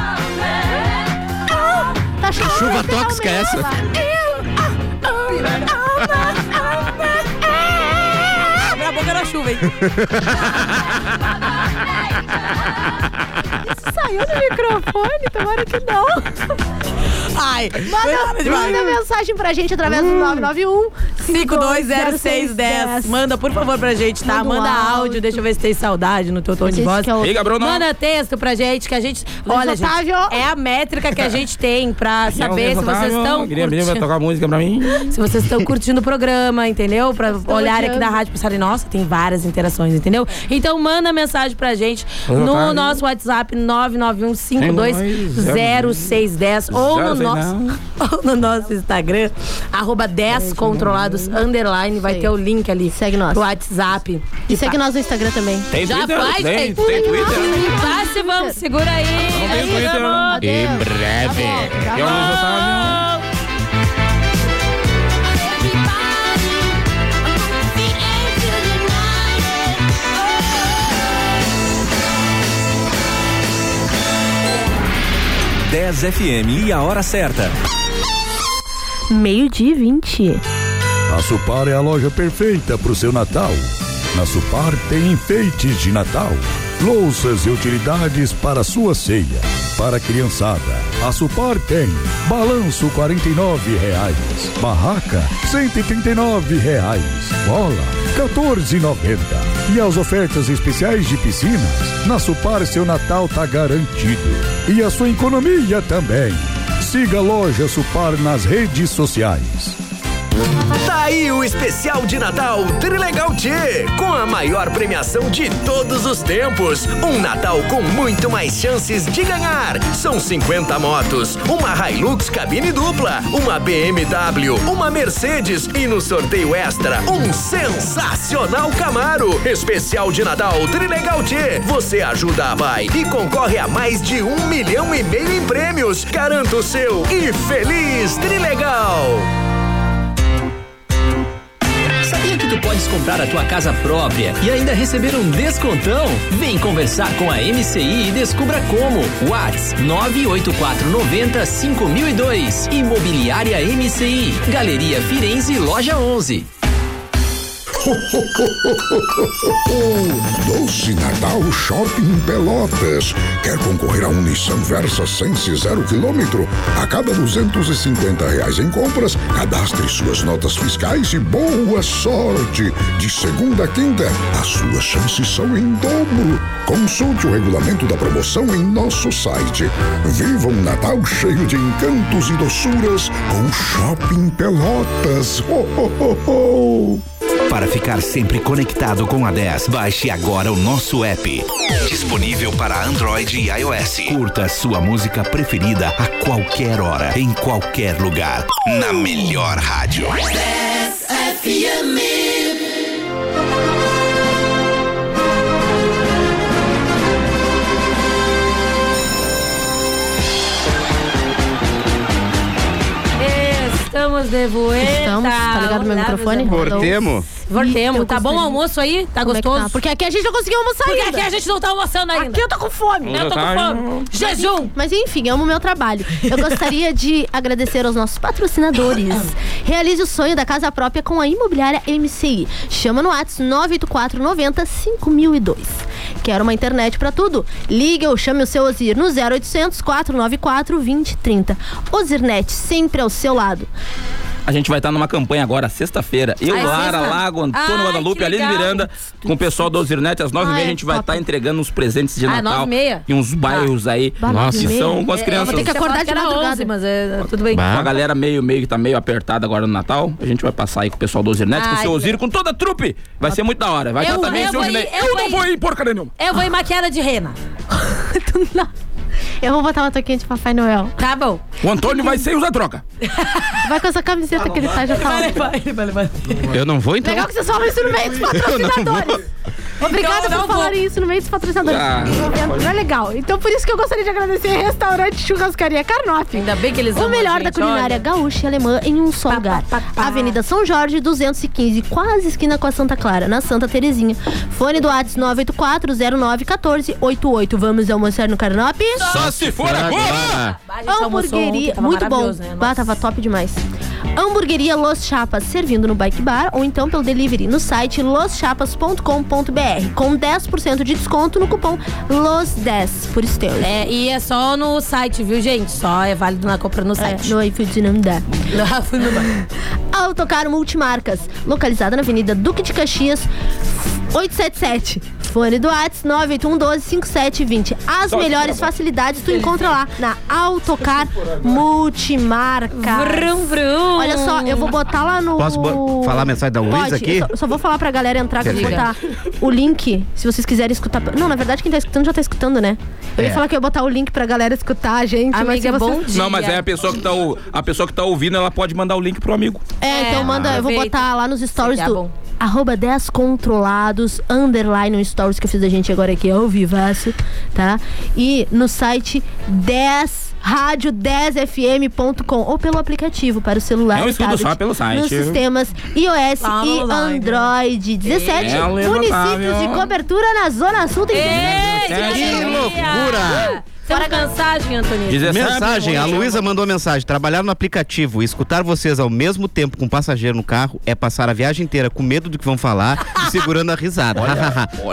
Speaker 5: Tá chovendo.
Speaker 6: Chuva tóxica
Speaker 5: finalmente.
Speaker 6: essa.
Speaker 4: Minha boca na chuva, hein?
Speaker 5: Saiu do microfone, tomara que não.
Speaker 4: Ai,
Speaker 5: Manda, manda mensagem pra gente através do 991
Speaker 4: 520610. Manda, por favor, pra gente, tá?
Speaker 5: Manda um
Speaker 4: Manda áudio,
Speaker 5: áudio.
Speaker 4: deixa eu ver se tem saudade no teu tom de
Speaker 5: Gente,
Speaker 4: voz.
Speaker 5: que é o-
Speaker 2: Ei, Gabriel, não.
Speaker 4: Manda texto pra gente, que a gente.
Speaker 5: Luiz
Speaker 4: Olha, gente,
Speaker 5: Otávio.
Speaker 4: é a métrica que a gente tem pra
Speaker 2: é
Speaker 4: saber se vocês estão.
Speaker 2: um Queria vir, vai
Speaker 4: curtindo-
Speaker 2: tocar música pra mim.
Speaker 4: Se vocês estão curtindo o programa, entendeu? Pra
Speaker 5: estão
Speaker 4: olhar aqui
Speaker 5: odiando.
Speaker 4: da rádio e pensarem, nossa, tem várias interações, entendeu? Então manda mensagem pra gente
Speaker 2: Luiz
Speaker 4: no
Speaker 2: Otávio.
Speaker 4: nosso WhatsApp 991520610 ou no
Speaker 2: Zero,
Speaker 4: nosso [laughs]
Speaker 2: sei não.
Speaker 4: ou no nosso Instagram, arroba 10 controlados, underline, vai
Speaker 5: Sei.
Speaker 4: ter o link ali.
Speaker 5: Segue nós.
Speaker 4: Pro WhatsApp.
Speaker 5: E segue nós no Instagram também.
Speaker 2: Tem
Speaker 4: Já
Speaker 2: Twitter?
Speaker 4: faz, tem.
Speaker 2: tem, tem Twitter.
Speaker 4: Vai, se vamos, segura aí.
Speaker 2: Não tem Twitter, não.
Speaker 5: Adeus.
Speaker 6: Em breve.
Speaker 5: Tá
Speaker 2: Eu
Speaker 5: bom.
Speaker 2: não gostava.
Speaker 5: Meio-dia e 20.
Speaker 7: A Supar é a loja perfeita para o seu Natal. Na Supar tem enfeites de Natal, louças e utilidades para sua ceia. Para a criançada, a Supar tem balanço R$ 49 reais, barraca R$ 139 reais, bola R$ 14,90. E as ofertas especiais de piscinas, na Supar seu Natal tá garantido. E a sua economia também. Siga a loja Supar nas redes sociais.
Speaker 8: Tá aí o especial de Natal Trilegal T, com a maior premiação de todos os tempos. Um Natal com muito mais chances de ganhar. São 50 motos, uma Hilux cabine dupla, uma BMW, uma Mercedes e no sorteio extra, um sensacional Camaro. Especial de Natal Trilegal T. Você ajuda a Pai e concorre a mais de um milhão e meio em prêmios. Garanta o seu e feliz Trilegal!
Speaker 9: Sabia que tu podes comprar a tua casa própria e ainda receber um descontão? Vem conversar com a MCI e descubra como. Whats 98490 5002. Imobiliária MCI. Galeria Firenze, Loja 11.
Speaker 7: Doce Natal Shopping Pelotas. Quer concorrer a um Nissan Versa Sense zero quilômetro? A cada 250 reais em compras, cadastre suas notas fiscais e boa sorte. De segunda a quinta, as suas chances são em dobro. Consulte o regulamento da promoção em nosso site. Viva um Natal cheio de encantos e doçuras com Shopping Pelotas. Ho, ho, ho, ho.
Speaker 3: Para ficar sempre conectado com a 10, baixe agora o nosso app. Disponível para Android e iOS. Curta sua música preferida a qualquer hora, em qualquer lugar. Na melhor rádio.
Speaker 4: Estamos de voeta.
Speaker 5: Estamos, tá ligado meu
Speaker 4: Olá,
Speaker 5: microfone?
Speaker 4: meus amores.
Speaker 6: Cortemo.
Speaker 4: Voltemos. Tá bom o
Speaker 5: gostaria.
Speaker 4: almoço aí? Tá
Speaker 5: Como é que
Speaker 4: gostoso?
Speaker 5: tá? Porque aqui a gente não conseguiu almoçar
Speaker 4: Porque
Speaker 5: ainda.
Speaker 4: aqui a gente não tá almoçando ainda.
Speaker 5: Aqui eu tô com fome.
Speaker 4: Eu tô com fome. Jejum.
Speaker 5: Mas enfim, amo meu trabalho. Eu gostaria de agradecer aos nossos patrocinadores. Realize o sonho da casa própria com a imobiliária MCI. Chama no WhatsApp 984 90 5002. Quer uma internet pra tudo? Ligue ou chame o seu Ozir no 0800 494 2030. Ozirnet, sempre ao seu lado.
Speaker 2: A gente vai estar numa campanha agora, sexta-feira. Eu,
Speaker 4: Ah, é
Speaker 2: Lara,
Speaker 4: sexta?
Speaker 2: Lago, Antônio
Speaker 4: Ai,
Speaker 2: Guadalupe,
Speaker 4: que
Speaker 2: Aline
Speaker 4: legal.
Speaker 2: Miranda, com o pessoal do Ozirnet, às nove e
Speaker 5: Ah,
Speaker 2: meia a
Speaker 5: é
Speaker 2: gente vai
Speaker 5: top.
Speaker 2: estar entregando uns presentes de
Speaker 4: Ah, é
Speaker 2: Natal.
Speaker 4: nove e meia?
Speaker 2: Em uns bairros aí.
Speaker 5: Bah, nove
Speaker 2: que
Speaker 5: e meia?
Speaker 2: são com as
Speaker 5: É,
Speaker 2: crianças.
Speaker 5: eu vou ter que acordar de
Speaker 4: Era
Speaker 5: madrugada.
Speaker 4: 11, mas é, tudo bem.
Speaker 2: Com a galera meio, meio que tá meio apertada agora no Natal. A gente vai passar aí com o pessoal do Ozirnet, com o
Speaker 4: Ai,
Speaker 2: seu Ozir, com toda a trupe. Vai ser muito da hora. Vai
Speaker 4: Ah, Eu
Speaker 2: estar
Speaker 4: vou-
Speaker 2: também o
Speaker 4: eu
Speaker 2: seu
Speaker 4: vou ir,
Speaker 2: Ginei.
Speaker 4: eu
Speaker 2: Eu não
Speaker 4: vou
Speaker 2: vou ir, porcaria nenhuma.
Speaker 4: Eu vou em maquiada de rena.
Speaker 5: Do nada. [laughs] Eu vou botar uma toquinha de Papai Noel.
Speaker 4: Tá bom.
Speaker 2: O Antônio vai sem usar troca.
Speaker 5: Vai com essa camiseta que ele tá já tá.
Speaker 6: Eu não vou, então.
Speaker 5: Legal que vocês falam isso
Speaker 4: [laughs]
Speaker 5: no meio dos patrocinadores. Obrigada
Speaker 4: Então, não
Speaker 5: por falarem
Speaker 4: vou.
Speaker 5: isso no meio dos patrocinadores.
Speaker 2: Ah,
Speaker 5: Tá vendo? Não é legal. Então por isso que eu gostaria de agradecer Restaurante Churrascaria Carnoff.
Speaker 4: Ainda bem que eles
Speaker 5: O
Speaker 4: amam a
Speaker 5: melhor
Speaker 4: gente,
Speaker 5: da culinária
Speaker 4: olha.
Speaker 5: gaúcha e alemã em um só
Speaker 4: Pá,
Speaker 5: lugar.
Speaker 4: pá, pá, pá.
Speaker 5: Avenida São Jorge, 215, quase esquina com a Santa Clara, na Santa Terezinha. Fone do Whats 984-0914-88. Vamos almoçar no Carnop?
Speaker 2: Só se for agora.
Speaker 4: A gente almoçou ontem,
Speaker 5: Hamburgueria,
Speaker 4: tava
Speaker 5: muito bom.
Speaker 4: maravilhoso, né?
Speaker 5: Bah,
Speaker 4: Nossa.
Speaker 5: tava top demais. Hamburgueria Los Chapas, servindo no Bike Bar ou então pelo delivery no site loschapas.com.br com 10% de desconto no cupom LOS10 por esteus.
Speaker 4: É, e é só no site, viu, gente? Só é válido na compra no site.
Speaker 5: no iFood não dá.
Speaker 4: Lá fui no banco.
Speaker 5: Autocar Multimarcas, localizada na Avenida Duque de Caxias, 877. Fone do Whats 981125720. As melhores facilidades tu encontra lá na Autocar Multimarcas.
Speaker 4: Vrum, vrum.
Speaker 5: Olha só, eu vou botar lá no.
Speaker 6: Posso bo- falar a mensagem da Luísa
Speaker 5: Pode,
Speaker 6: aqui?
Speaker 5: Eu só, eu só vou falar pra galera entrar que eu vou
Speaker 4: Perfeito.
Speaker 5: botar o link, se vocês quiserem escutar. Não, na verdade, quem tá escutando já tá escutando, né? Eu
Speaker 6: É.
Speaker 5: ia falar que eu ia botar o link pra galera escutar a gente, mas
Speaker 4: Amiga,
Speaker 5: se vocês...
Speaker 4: bom dia.
Speaker 2: Não, mas é a pessoa que tá o- a pessoa que tá ouvindo, ela pode mandar o link pro amigo.
Speaker 5: É, então
Speaker 4: É,
Speaker 5: manda, eu vou
Speaker 4: aproveita.
Speaker 5: botar lá nos stories
Speaker 4: Esse é
Speaker 5: do.
Speaker 4: bom.
Speaker 5: Arroba 10 controlados, underline, um stories que eu fiz da gente agora aqui, ao vivaço, tá? E no site 10 rádio 10fm.com ou pelo aplicativo para o celular.
Speaker 2: Eu
Speaker 5: e
Speaker 2: escuto só
Speaker 5: tablet,
Speaker 2: pelo site.
Speaker 5: Nos sistemas iOS
Speaker 4: Lá no
Speaker 5: e
Speaker 4: online.
Speaker 5: Android. 17
Speaker 2: É,
Speaker 5: municípios
Speaker 2: lamentável.
Speaker 5: de cobertura na Zona Sul. Tem
Speaker 4: Ei,
Speaker 2: É, que
Speaker 4: alegria.
Speaker 6: loucura.
Speaker 4: Fora cansagem, Antônio.
Speaker 2: 17
Speaker 6: Mensagem, a
Speaker 4: é?
Speaker 6: Luísa mandou mensagem. Trabalhar no aplicativo e escutar vocês ao mesmo tempo com um passageiro no carro é passar a viagem inteira com medo do que vão falar
Speaker 4: [laughs]
Speaker 6: e segurando a risada.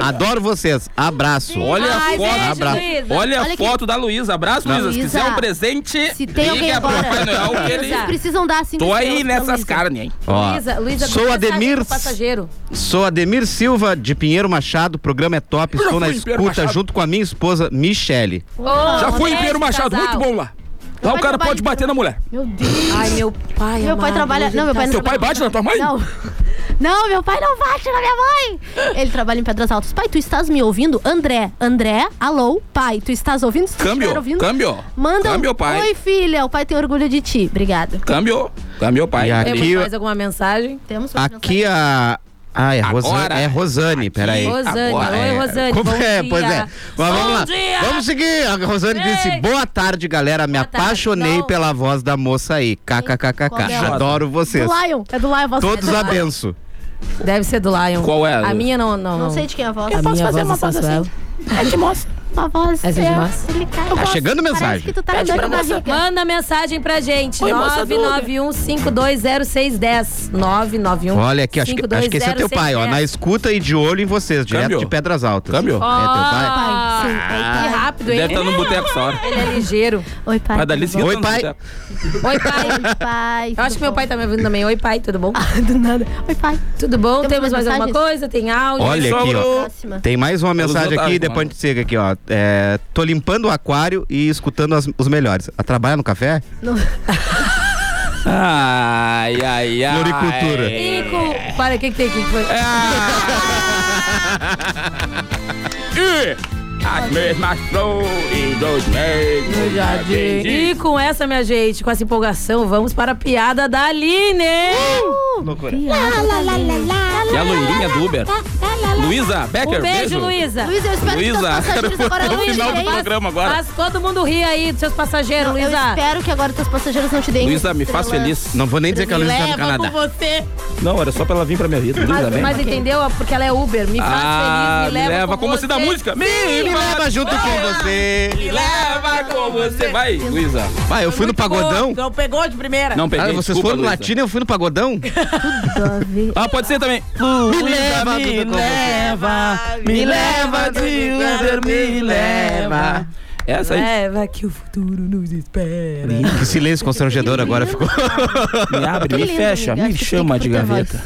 Speaker 6: Adoro vocês. Abraço.
Speaker 4: Ai,
Speaker 2: Olha a foto,
Speaker 4: beijo,
Speaker 2: Abra-
Speaker 4: Luísa.
Speaker 2: Olha
Speaker 5: Olha
Speaker 2: a
Speaker 5: aqui.
Speaker 2: foto da Luísa. Abraço, Luísa. Se
Speaker 5: Luísa,
Speaker 2: quiser um presente,
Speaker 5: se tem alguém
Speaker 2: liga pro
Speaker 5: agora.
Speaker 2: Papai Noel que ele-
Speaker 5: Vocês precisam dar assim
Speaker 2: Tô aí nessas carnes, hein?
Speaker 6: Ó,
Speaker 4: Luísa, Luísa,
Speaker 6: sou
Speaker 4: com
Speaker 6: Ademir.
Speaker 4: mensagem pro passageiro.
Speaker 6: Sou Ademir Silva de Pinheiro Machado, o programa é top, estou na
Speaker 2: fui em Pinheiro
Speaker 6: escuta
Speaker 2: Machado.
Speaker 6: junto com a minha esposa Michele.
Speaker 4: Tá
Speaker 2: Já fui em Pedro
Speaker 4: Pedro
Speaker 2: Machado, muito bom lá.
Speaker 4: Então
Speaker 2: Lá o cara
Speaker 5: trabalha
Speaker 2: pode
Speaker 5: em
Speaker 2: bater na mulher.
Speaker 5: Meu Deus.
Speaker 4: Ai, meu pai.
Speaker 5: Meu pai
Speaker 4: amado,
Speaker 5: trabalha.
Speaker 4: hoje tá assim,
Speaker 5: Não, meu pai não
Speaker 2: Seu pai
Speaker 5: trabalha.
Speaker 2: bate na tua mãe?
Speaker 5: Não. Não, meu pai não bate na minha mãe. Ele trabalha em Pedras Altas. Pai, tu estás me ouvindo? André, André, alô, pai, tu estás ouvindo? Se tu
Speaker 2: Câmbio,
Speaker 5: estiver ouvindo,
Speaker 2: câmbio.
Speaker 5: Manda um-
Speaker 2: Câmbio, pai.
Speaker 5: Oi, filha, o pai tem orgulho de ti. Obrigada.
Speaker 2: Câmbio. Câmbio, pai.
Speaker 6: E aqui-
Speaker 4: Temos
Speaker 6: Que-
Speaker 4: mais alguma mensagem?
Speaker 5: Temos uma mensagem.
Speaker 6: Aqui a. Ah, é,
Speaker 2: Agora.
Speaker 6: Rosane, é Rosane, peraí.
Speaker 4: Rosane,
Speaker 2: agora,
Speaker 4: oi
Speaker 2: é.
Speaker 4: Rosane,
Speaker 6: Como
Speaker 4: bom
Speaker 6: é,
Speaker 4: dia.
Speaker 6: pois é. Mas
Speaker 4: Bom
Speaker 6: vamos lá.
Speaker 4: dia.
Speaker 6: Vamos seguir. A Rosane
Speaker 4: Ei.
Speaker 6: disse: boa tarde, galera. Me
Speaker 4: tarde.
Speaker 6: apaixonei
Speaker 4: Não. é
Speaker 6: pela voz da moça aí.
Speaker 5: Qual
Speaker 6: KKKKK.
Speaker 5: dela?
Speaker 6: Adoro vocês.
Speaker 5: Do Lion. É do Lion, a voz
Speaker 6: Todos
Speaker 5: é do
Speaker 6: a
Speaker 5: Lion.
Speaker 6: benção.
Speaker 4: Deve ser do Lion.
Speaker 2: Qual é?
Speaker 4: A minha não, não.
Speaker 5: Não sei de quem é a voz.
Speaker 4: A minha fazer voz uma voz assim.
Speaker 5: Uma voz.
Speaker 4: Essa é de voz?
Speaker 5: complicada.
Speaker 6: Tá chegando
Speaker 5: Parece
Speaker 6: mensagem.
Speaker 5: que tu tá andando com a barriga.
Speaker 4: Manda mensagem pra gente. 991-520610. 991
Speaker 6: Olha aqui, acho que, acho que esse é teu pai, ó. Na escuta e de olho em vocês, direto
Speaker 2: Câmbio.
Speaker 6: de Pedras Altas.
Speaker 2: Câmbio.
Speaker 6: É teu pai?
Speaker 4: Ah,
Speaker 5: Sim, é
Speaker 4: que rápido, hein?
Speaker 2: Deve
Speaker 6: tá
Speaker 2: estar no boteco essa hora.
Speaker 4: Ele é ligeiro.
Speaker 5: Oi, pai.
Speaker 2: Mas dali em seguida
Speaker 6: Oi,
Speaker 2: tá no
Speaker 6: pai.
Speaker 2: boteco.
Speaker 4: Oi, pai.
Speaker 5: Oi, pai.
Speaker 4: Eu acho que meu pai tá me ouvindo também. Oi, pai, tudo bom?
Speaker 5: [laughs] Do nada. Oi, pai.
Speaker 4: Tudo bom?
Speaker 5: Ah, Temos
Speaker 4: Temos mais
Speaker 5: mensagens?
Speaker 4: alguma coisa? Tem áudio?
Speaker 6: Olha
Speaker 2: Sobre
Speaker 6: aqui, ó.
Speaker 2: o-
Speaker 5: Próxima.
Speaker 6: Tem mais uma mensagem
Speaker 2: otários,
Speaker 6: aqui, depois a
Speaker 2: mano.
Speaker 6: gente chega aqui, ó. É, tô limpando o aquário e escutando as- os melhores. A trabalha no café?
Speaker 2: Ai, ai, ai.
Speaker 6: Floricultura.
Speaker 4: Nico, para, o que, que tem aqui? Que foi?
Speaker 6: É,
Speaker 2: E as mesmas flores dos mesmos jardins.
Speaker 4: E com essa, minha gente, com essa empolgação, vamos para a piada da Aline!
Speaker 2: Uh!
Speaker 6: Loucura.
Speaker 2: E a loirinha do Uber. Luísa Becker,
Speaker 4: Um beijo, Luísa!
Speaker 5: Luiz, eu espero que
Speaker 2: Luísa,
Speaker 5: teus passageiros agora
Speaker 2: no
Speaker 5: não te
Speaker 2: final do
Speaker 5: deem.
Speaker 2: programa agora.
Speaker 4: Faz todo mundo rir aí dos seus passageiros,
Speaker 5: Eu
Speaker 4: Luísa!
Speaker 5: espero que agora teus passageiros não te deem.
Speaker 2: Luísa, me
Speaker 5: estrelas.
Speaker 2: faz feliz.
Speaker 6: Não vou nem dizer que a
Speaker 4: Me
Speaker 6: Luísa tá no
Speaker 4: leva
Speaker 6: Canadá.
Speaker 4: com você!
Speaker 2: Não, era só pra ela vir pra minha vida. Luísa,
Speaker 4: Mas,
Speaker 2: vem.
Speaker 4: mas entendeu? Porque ela é Uber. Me faz
Speaker 2: Ah,
Speaker 4: feliz, me leva,
Speaker 2: como
Speaker 4: você.
Speaker 2: se da música. Me,
Speaker 6: Me leva junto com
Speaker 2: Me
Speaker 6: você.
Speaker 2: leva com você. Vai, Luísa.
Speaker 6: Vai, eu fui no pagodão.
Speaker 10: Não pegou de primeira.
Speaker 2: Não peguei,
Speaker 6: Ah, vocês
Speaker 2: desculpa,
Speaker 6: foram no
Speaker 2: [laughs] Luísa.
Speaker 6: latino e eu fui no pagodão?
Speaker 2: Ah, pode ser também.
Speaker 6: leva,
Speaker 2: me
Speaker 6: tudo com você.
Speaker 2: leva, me leva, Dealer, me leva. É. Essa Tá aí.
Speaker 4: Leva que o futuro nos espera.
Speaker 6: Que silêncio constrangedor agora ficou.
Speaker 2: tá Me abre, me
Speaker 5: lindo,
Speaker 2: fecha,
Speaker 5: amiga.
Speaker 2: me
Speaker 5: Acho que
Speaker 2: chama de
Speaker 5: tem que botar
Speaker 2: gaveta.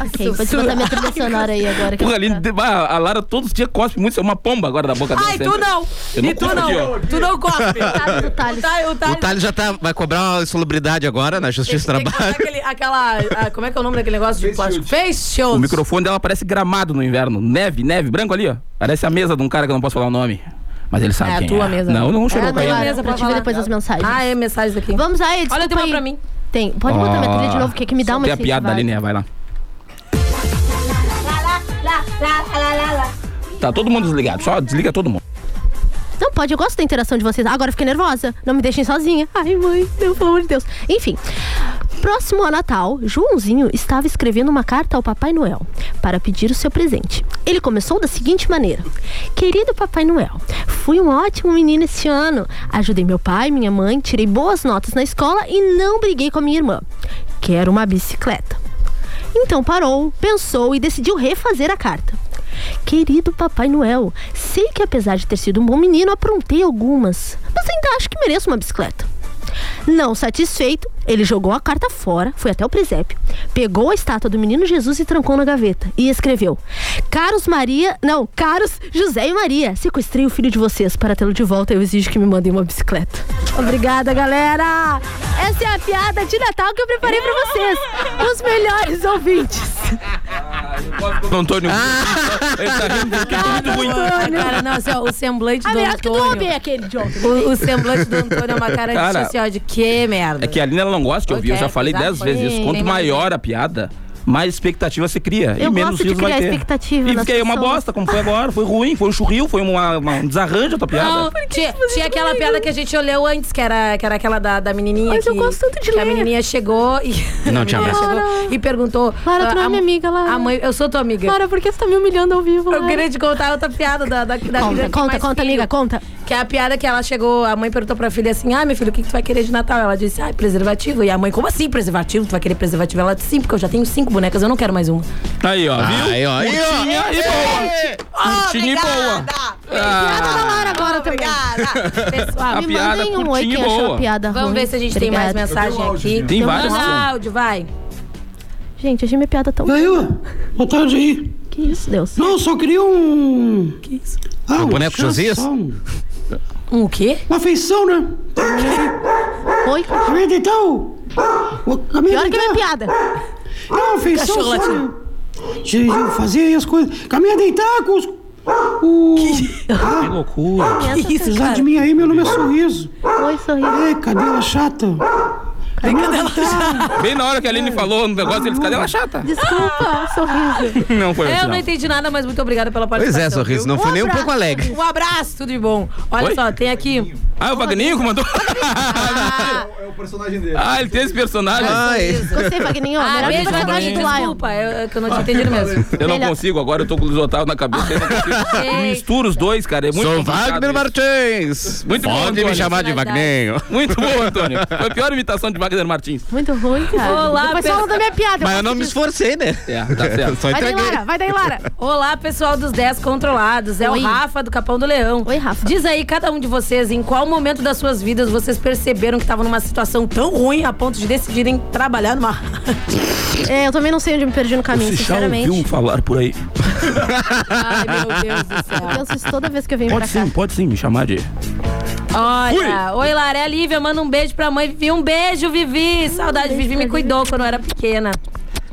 Speaker 5: Ok, vou te botar minha trilha sonora aí agora. que eu
Speaker 2: Porra,
Speaker 5: vou
Speaker 2: ali, de- ah, a Lara todos os dias cospe muito, isso é uma pomba agora da boca dela.
Speaker 4: Ai, tu
Speaker 2: sempre.
Speaker 4: não!
Speaker 2: Eu não
Speaker 4: e tu
Speaker 2: curto aqui, ó.
Speaker 4: não! Tu não
Speaker 2: [laughs]
Speaker 4: cospe!
Speaker 5: Coitado do Thales.
Speaker 4: O Thales-
Speaker 6: O Thales já tá, vai cobrar uma insalubridade agora na Justiça do
Speaker 4: Tem que botar
Speaker 6: Trabalho.
Speaker 4: aquele- aquela. ah, como é que é o nome daquele negócio de plástico? Face
Speaker 2: O
Speaker 4: shield.
Speaker 2: microfone dela parece gramado no inverno. Neve, neve, branco ali, ó. Parece a mesa de um cara que eu não posso falar o nome. Mas ele sabe
Speaker 4: É a
Speaker 2: quem
Speaker 4: tua
Speaker 2: é.
Speaker 4: mesa.
Speaker 2: Não, não
Speaker 5: É,
Speaker 2: chegou
Speaker 5: não,
Speaker 2: pra
Speaker 5: Lara,
Speaker 2: ele.
Speaker 4: mesa pra
Speaker 5: eu vou
Speaker 4: falar.
Speaker 5: ver depois as mensagens.
Speaker 4: Ah, é mensagens aqui.
Speaker 5: Vamos aí, desculpa
Speaker 4: Olha, tem uma
Speaker 5: aí.
Speaker 4: pra mim.
Speaker 5: Tem. Pode botar minha trilha de novo, que é que me dá uma
Speaker 2: Ah. Tem a piada ali, né? Vai lá. Tá todo mundo desligado, só desliga todo mundo.
Speaker 5: Não pode, eu gosto da interação de vocês. Agora eu fiquei nervosa. Não me deixem sozinha. Ai, mãe, meu, pelo amor de Deus. Enfim. Próximo a Natal, Joãozinho estava escrevendo uma carta ao Papai Noel para pedir o seu presente. Ele começou da seguinte maneira: Querido Papai Noel, fui um ótimo menino este ano. Ajudei meu pai, minha mãe, tirei boas notas na escola e não briguei com a minha irmã. Quero uma bicicleta. Então parou, pensou e decidiu refazer a carta. Querido Papai Noel, sei que apesar de ter sido um bom menino, aprontei algumas, mas ainda acho que mereço uma bicicleta. Não satisfeito, ele jogou a carta fora, foi até o presépio, pegou a estátua do menino Jesus e trancou na gaveta e escreveu: Caros Maria, não, caros José e Maria, sequestrei o filho de vocês para tê-lo de volta. Eu exijo que me mandem uma bicicleta. Obrigada, galera. Essa é a piada de Natal que eu preparei para vocês, os melhores ouvintes.
Speaker 2: Do Antônio. Ah! Ele tá rindo porque tá muito ruim.
Speaker 4: Cara, não, assim, ó, o semblante
Speaker 5: A
Speaker 4: do
Speaker 5: melhor que do homem
Speaker 4: Antônio.
Speaker 5: é aquele de ontem.
Speaker 4: O, o semblante do Antônio é uma cara,
Speaker 2: Cara,
Speaker 4: de, assim, ó, de que merda.
Speaker 2: É que a Aline ela não gosta de ouvir, eu já
Speaker 4: Ok,
Speaker 2: falei
Speaker 4: exato,
Speaker 2: dez vezes isso.
Speaker 4: tem-
Speaker 2: Quanto
Speaker 4: tem mais-
Speaker 2: maior a piada, mais expectativa você cria. e
Speaker 5: Eu
Speaker 2: menos
Speaker 5: gosto de
Speaker 2: riso vai
Speaker 5: criar
Speaker 2: ter.
Speaker 5: expectativa
Speaker 2: E
Speaker 5: nas
Speaker 2: fiquei uma
Speaker 5: pessoas.
Speaker 2: bosta, como foi agora. Foi ruim, foi um churril, foi uma- uma- um desarranjo a tua piada.
Speaker 4: Não, tinha, tinha aquela piada que a gente olhou antes, que era, que era aquela da, da menininha.
Speaker 5: Mas
Speaker 4: que,
Speaker 5: eu gosto tanto
Speaker 4: que
Speaker 5: de
Speaker 4: a
Speaker 5: ler.
Speaker 4: menininha chegou e. [laughs]
Speaker 6: Não
Speaker 4: a
Speaker 6: te
Speaker 4: menininha
Speaker 6: abraça.
Speaker 4: chegou E perguntou.
Speaker 5: Lara,
Speaker 4: ah,
Speaker 5: tu não é
Speaker 4: a-
Speaker 5: minha amiga, Lara.
Speaker 4: A mãe, eu sou tua amiga.
Speaker 5: Cara, por que você tá me humilhando ao vivo?
Speaker 4: Eu
Speaker 5: Lara?
Speaker 4: queria te contar outra piada da, da, da
Speaker 5: Conta,
Speaker 4: filha que tem
Speaker 5: conta,
Speaker 4: mais
Speaker 5: conta,
Speaker 4: filho.
Speaker 5: amiga, conta.
Speaker 4: Que é a piada que ela chegou, a mãe perguntou pra filha assim: Ah, meu filho, o que, que tu vai querer de Natal? Ela disse: Ah, preservativo. E a mãe, como assim preservativo? Tu vai querer preservativo? Ela disse: Sim, porque eu já tenho cinco bonecas, eu não quero mais uma.
Speaker 2: Aí, ó, viu?
Speaker 6: Aí, ó, aí, ó.
Speaker 2: Curtinha e boa. Curtinha e boa.
Speaker 5: Piada da Lara agora também.
Speaker 4: Ah. [laughs] Obrigada! Pessoal,
Speaker 2: A
Speaker 5: Me
Speaker 2: piada
Speaker 5: mandem um oi quem
Speaker 2: curtinha e
Speaker 5: achou
Speaker 2: boa.
Speaker 5: a piada
Speaker 4: vamos
Speaker 5: ruim.
Speaker 4: ver se a gente tem mais
Speaker 5: Obrigada.
Speaker 4: mensagem aqui.
Speaker 2: Tem vários.
Speaker 4: Manda áudio, vai.
Speaker 5: Gente, achei minha piada tão...
Speaker 10: Aí, ó. Boa tarde aí.
Speaker 5: Que isso, Deus.
Speaker 10: Não, eu só queria um. Que isso? Ah, um
Speaker 6: Tá, boneco Josias?
Speaker 4: Um o quê?
Speaker 10: Uma feição, né?
Speaker 5: Oi.
Speaker 10: Acabei de deitar o. Acabei
Speaker 5: Pior
Speaker 10: de
Speaker 5: que
Speaker 10: deitar.
Speaker 5: é minha piada.
Speaker 10: Não, uma feição.
Speaker 4: Cachorro
Speaker 10: só,
Speaker 4: latindo.
Speaker 10: né? De- de fazer aí as coisas. Acabei de deitar com os. O.
Speaker 2: Que loucura.
Speaker 4: Que isso,
Speaker 10: Apesar de
Speaker 4: cara?
Speaker 10: mim aí, meu nome é Sorriso.
Speaker 5: Oi, sorriso.
Speaker 10: Ei, cadela chata. Cadela chata.
Speaker 2: Bem na hora que a Aline falou no negócio, eles cadela chata.
Speaker 5: Desculpa, um sorriso.
Speaker 2: Não foi
Speaker 4: Eu
Speaker 2: assim,
Speaker 4: não
Speaker 2: não.
Speaker 4: entendi nada, mas muito obrigada pela
Speaker 6: Pois
Speaker 4: participação.
Speaker 6: é, sorriso. Não
Speaker 4: viu?
Speaker 6: foi nem um pouco alegre.
Speaker 4: Um abraço, tudo de bom. Olha
Speaker 2: Oi?
Speaker 4: só, tem aqui.
Speaker 2: Ah, o Vagninho que mandou.
Speaker 4: Ah,
Speaker 2: ah, ele tem esse personagem.
Speaker 6: Ai,
Speaker 5: Gostei, Fagninho.
Speaker 4: ah,
Speaker 5: melhor
Speaker 4: beijo,
Speaker 5: que o personagem
Speaker 4: Vagninho.
Speaker 5: do Lion.
Speaker 4: Desculpa, eu, eu que eu não
Speaker 2: Ah,
Speaker 4: tinha entendido mesmo.
Speaker 2: Eu não
Speaker 5: Melhor.
Speaker 2: consigo, agora eu tô com o Lisotal na cabeça. Eu não consigo. Eu misturo os dois, cara. É muito
Speaker 6: sou
Speaker 2: complicado
Speaker 6: Wagner
Speaker 2: isso.
Speaker 6: Martins.
Speaker 2: Muito bom,
Speaker 6: Pode
Speaker 2: Antônio.
Speaker 6: me chamar de Wagninho.
Speaker 2: Muito bom, Antônio. Foi a pior imitação de Wagner Martins.
Speaker 5: Muito ruim, cara.
Speaker 4: Olá,
Speaker 5: Depois
Speaker 4: pessoal.
Speaker 5: fala da minha piada.
Speaker 6: Mas eu não me
Speaker 5: gosto
Speaker 6: esforcei, né?
Speaker 2: É, tá certo.
Speaker 6: Só
Speaker 5: disso. Vai daí,
Speaker 6: entreguei.
Speaker 5: Lara. Vai daí, Lara.
Speaker 4: Olá, pessoal dos 10 controlados. É
Speaker 5: Oi.
Speaker 4: o Rafa do Capão do Leão.
Speaker 5: Oi, Rafa.
Speaker 4: Diz aí, cada um de vocês, em qual momento das suas vidas vocês perceberam que estavam numa situação tão ruim a ponto de decidirem trabalhar numa
Speaker 5: [laughs] É, eu também não sei onde eu me perdi no caminho,
Speaker 2: Você já
Speaker 5: sinceramente.
Speaker 6: um
Speaker 2: ouviu um falar por aí?
Speaker 4: Ai, meu Deus do
Speaker 5: Eu
Speaker 4: céu.
Speaker 5: penso isso toda vez que eu venho
Speaker 2: Pode
Speaker 5: pra cá.
Speaker 2: sim, pode sim me chamar de.
Speaker 4: Olha, oi Lara, é a Lívia, manda um beijo pra mãe Vivi. Um beijo, Vivi. Saudade, Vivi me cuidou quando eu era pequena.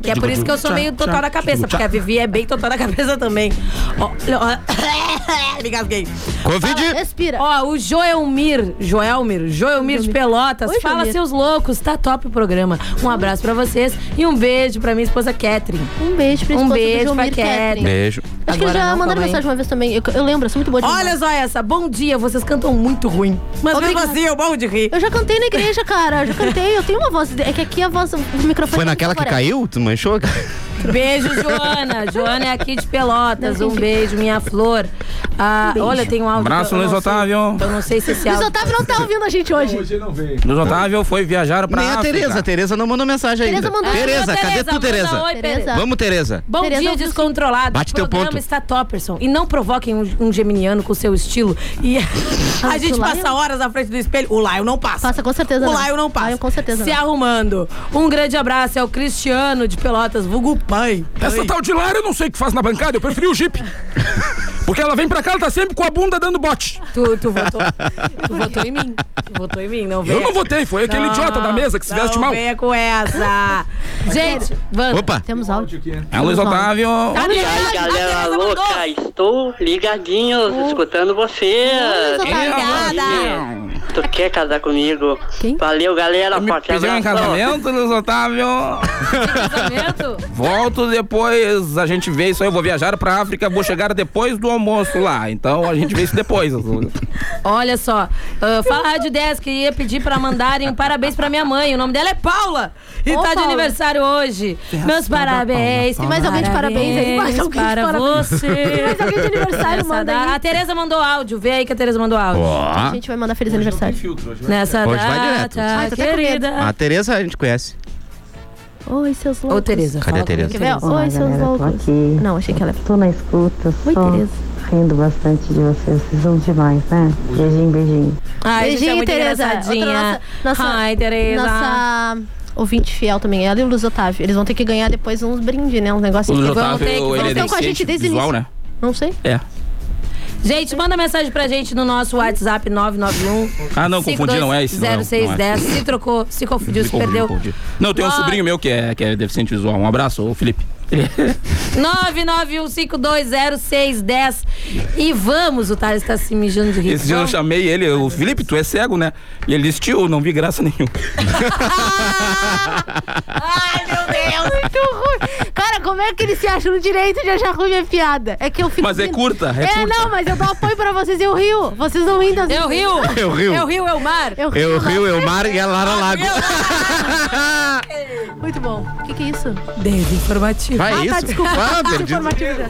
Speaker 4: Que é por isso que eu sou meio total na cabeça, porque a Vivi é bem total na cabeça também. Olha, ó. [laughs] Me gasguei.
Speaker 6: Covid.
Speaker 5: Respira.
Speaker 4: Ó, o Joelmir, Joelmir, Joelmir de Pelotas,
Speaker 5: Oi,
Speaker 4: fala
Speaker 5: Joelmir.
Speaker 4: seus loucos, tá top o programa. Um abraço pra vocês e um beijo pra minha esposa Catherine.
Speaker 5: Um beijo pra
Speaker 4: Um
Speaker 5: esposa
Speaker 4: beijo
Speaker 5: do João
Speaker 4: pra
Speaker 5: Mir
Speaker 4: Catherine.
Speaker 5: Catherine.
Speaker 6: Beijo.
Speaker 5: Acho que eles
Speaker 4: Agora
Speaker 5: já
Speaker 4: não,
Speaker 5: mandaram
Speaker 4: calma aí.
Speaker 5: mensagem uma vez também. Eu, eu lembro, eu sou muito boa de
Speaker 4: Olha
Speaker 5: lembrar.
Speaker 4: só essa, bom dia, vocês cantam muito ruim. Mas mesmo
Speaker 5: Obrigada.
Speaker 4: assim, eu bom de rir.
Speaker 5: Eu já cantei na igreja, cara. Eu já cantei. Eu tenho uma voz. É que aqui a voz do microfone.
Speaker 6: Foi
Speaker 5: não
Speaker 6: naquela que
Speaker 5: favorece.
Speaker 6: caiu? Tu manchou?
Speaker 4: Beijo, Joana. Joana é aqui de Pelotas. Um beijo, minha flor. Ah, Olha, tem um áudio.
Speaker 2: Abraço,
Speaker 4: que eu- eu
Speaker 2: Luiz
Speaker 4: não sei-
Speaker 2: Otávio.
Speaker 4: Eu não sei se esse
Speaker 5: Luiz
Speaker 4: áudio.
Speaker 5: Otávio não tá ouvindo a gente hoje.
Speaker 2: Luiz Otávio foi viajar pra
Speaker 6: [laughs] Nem a
Speaker 2: África.
Speaker 6: Tereza. A Tereza não mandou mensagem
Speaker 5: Tereza
Speaker 6: ainda.
Speaker 5: mandou.
Speaker 6: Tereza,
Speaker 4: Ô,
Speaker 6: cadê tu,
Speaker 4: manda um
Speaker 6: Tereza?
Speaker 4: oi,
Speaker 5: Tereza.
Speaker 4: Tereza.
Speaker 6: Vamos, Tereza.
Speaker 4: Bom
Speaker 5: Tereza,
Speaker 4: dia,
Speaker 5: ouviu sim.
Speaker 4: descontrolado.
Speaker 6: Bate
Speaker 4: o
Speaker 6: teu
Speaker 4: programa
Speaker 6: ponto.
Speaker 4: está topperson. E não provoquem um, um geminiano com seu estilo. E [laughs] a
Speaker 5: Ai,
Speaker 4: gente
Speaker 5: tu Ah, lá,
Speaker 4: passa horas na frente do espelho. O Laio não passa.
Speaker 5: Passa, com certeza
Speaker 4: O
Speaker 5: não.
Speaker 4: Laio não passa.
Speaker 5: Laio, com certeza né?
Speaker 4: Se
Speaker 5: não.
Speaker 4: arrumando. Um grande abraço. É o Cristiano de Pelotas, vulgo pai.
Speaker 2: Essa tal de Lara, eu não sei o que faz na bancada, eu preferi
Speaker 5: [laughs]
Speaker 2: o Jeep. Porque ela vem pra cá, ela tá sempre com a bunda dando bote.
Speaker 4: Tu, tu votou. tu votou em mim. Tu votou em mim, não veio.
Speaker 2: Eu não votei, foi aquele idiota da mesa que se veste mal.
Speaker 4: Não venha com essa. [laughs] gente, tá vamos.
Speaker 6: Opa!
Speaker 5: Temos áudio.
Speaker 2: É Luiz Otávio.
Speaker 11: E aí, galera louca, estou ligadinhos, escutando vocês.
Speaker 5: Luiz
Speaker 2: É,
Speaker 5: Otávio.
Speaker 11: Tu quer casar comigo?
Speaker 5: Quem?
Speaker 11: Valeu,
Speaker 5: Tá
Speaker 11: galera.
Speaker 2: Me
Speaker 11: Forte
Speaker 2: pediu em
Speaker 11: abraço.
Speaker 2: casamento, Luiz Otávio.
Speaker 4: Casamento?
Speaker 2: Volto depois, a gente vê isso aí. Eu vou viajar pra África, vou chegar depois do almoço lá. Então a gente vê
Speaker 5: [laughs]
Speaker 2: isso depois.
Speaker 4: Olha só, ah, fala Rádio 10 que ia pedir pra mandarem um parabéns pra minha mãe. O nome dela é Paula e
Speaker 5: Ô,
Speaker 4: tá de
Speaker 5: Paula.
Speaker 4: aniversário hoje. Meus parabéns.
Speaker 5: Paula. Tem mais alguém de parabéns aí? Mais alguém de
Speaker 4: para
Speaker 5: parabéns.
Speaker 4: você. Tem
Speaker 5: mais alguém de aniversário? Manda aí.
Speaker 4: A Tereza mandou áudio. Vê aí que a Tereza mandou áudio.
Speaker 6: Ó.
Speaker 5: A gente vai mandar feliz aniversário.
Speaker 4: Nessa
Speaker 6: Hoje vai direto.
Speaker 4: data,
Speaker 5: Ai, tô até com
Speaker 4: querida.
Speaker 6: A Tereza a gente conhece.
Speaker 5: Oi, seus loucos.
Speaker 4: Ô, Tereza.
Speaker 6: Cadê a Tereza?
Speaker 5: Quer ver? Oi, seus loucos. Não, achei que ela
Speaker 12: Tô na escuta,
Speaker 5: Oi,
Speaker 12: só
Speaker 5: Tereza.
Speaker 12: rindo bastante de vocês. Vocês são demais, né? Beijinho, beijinho.
Speaker 4: Ai, gente, é
Speaker 5: Beijinho,
Speaker 4: muito
Speaker 5: Tereza. Outra
Speaker 4: engraçadinha.
Speaker 5: nossa- nossa-
Speaker 4: Ai, Tereza.
Speaker 5: Nossa ouvinte fiel também, ela e o Luiz Otávio. Eles vão ter que ganhar depois uns brindes, né? Uns negócios. que vão ter que-
Speaker 4: ele é
Speaker 5: estão com a gente desde o
Speaker 2: visual,
Speaker 5: início.
Speaker 2: né?
Speaker 5: Não sei.
Speaker 2: É.
Speaker 4: Gente, manda mensagem pra gente no nosso WhatsApp 991.
Speaker 2: Ah, não, confundi, não é esse, não é, não é.
Speaker 4: 0610. Se trocou, se confundiu, se perdeu.
Speaker 2: Não, eu tenho um
Speaker 4: Nossa.
Speaker 2: sobrinho meu que é, que é deficiente visual. Um abraço, ô
Speaker 5: [laughs]
Speaker 2: Felipe.
Speaker 4: 991520610. E vamos, o Thales tá se mijando de rir.
Speaker 2: Esse dia eu
Speaker 4: Vamos.
Speaker 2: chamei ele, eu, Felipe, tu é cego, né? E ele disse, tio, não vi graça nenhuma.
Speaker 4: Ai, meu Deus!
Speaker 5: É Muito ruim. Cara, como é que eles se acham no direito de achar ruim minha piada? É que eu fico.
Speaker 2: Mas é
Speaker 5: rindo.
Speaker 2: curta, é,
Speaker 5: É,
Speaker 2: curta.
Speaker 5: não, mas eu dou apoio pra vocês e eu rio. Vocês não riem das
Speaker 4: Eu É
Speaker 5: vezes.
Speaker 2: [laughs]
Speaker 4: rio!
Speaker 2: É
Speaker 6: Eu rio.
Speaker 4: Eu rio, eu mar!
Speaker 5: Eu rio.
Speaker 6: Eu, Rio, eu, Mar e a Lara Lago.
Speaker 5: Muito bom. O que, que é isso?
Speaker 4: Desinformativo.
Speaker 6: Vai
Speaker 5: ah,
Speaker 6: isso.
Speaker 5: tá, desculpa.
Speaker 6: Ah,
Speaker 5: Tá
Speaker 6: perdi.
Speaker 5: informativo já.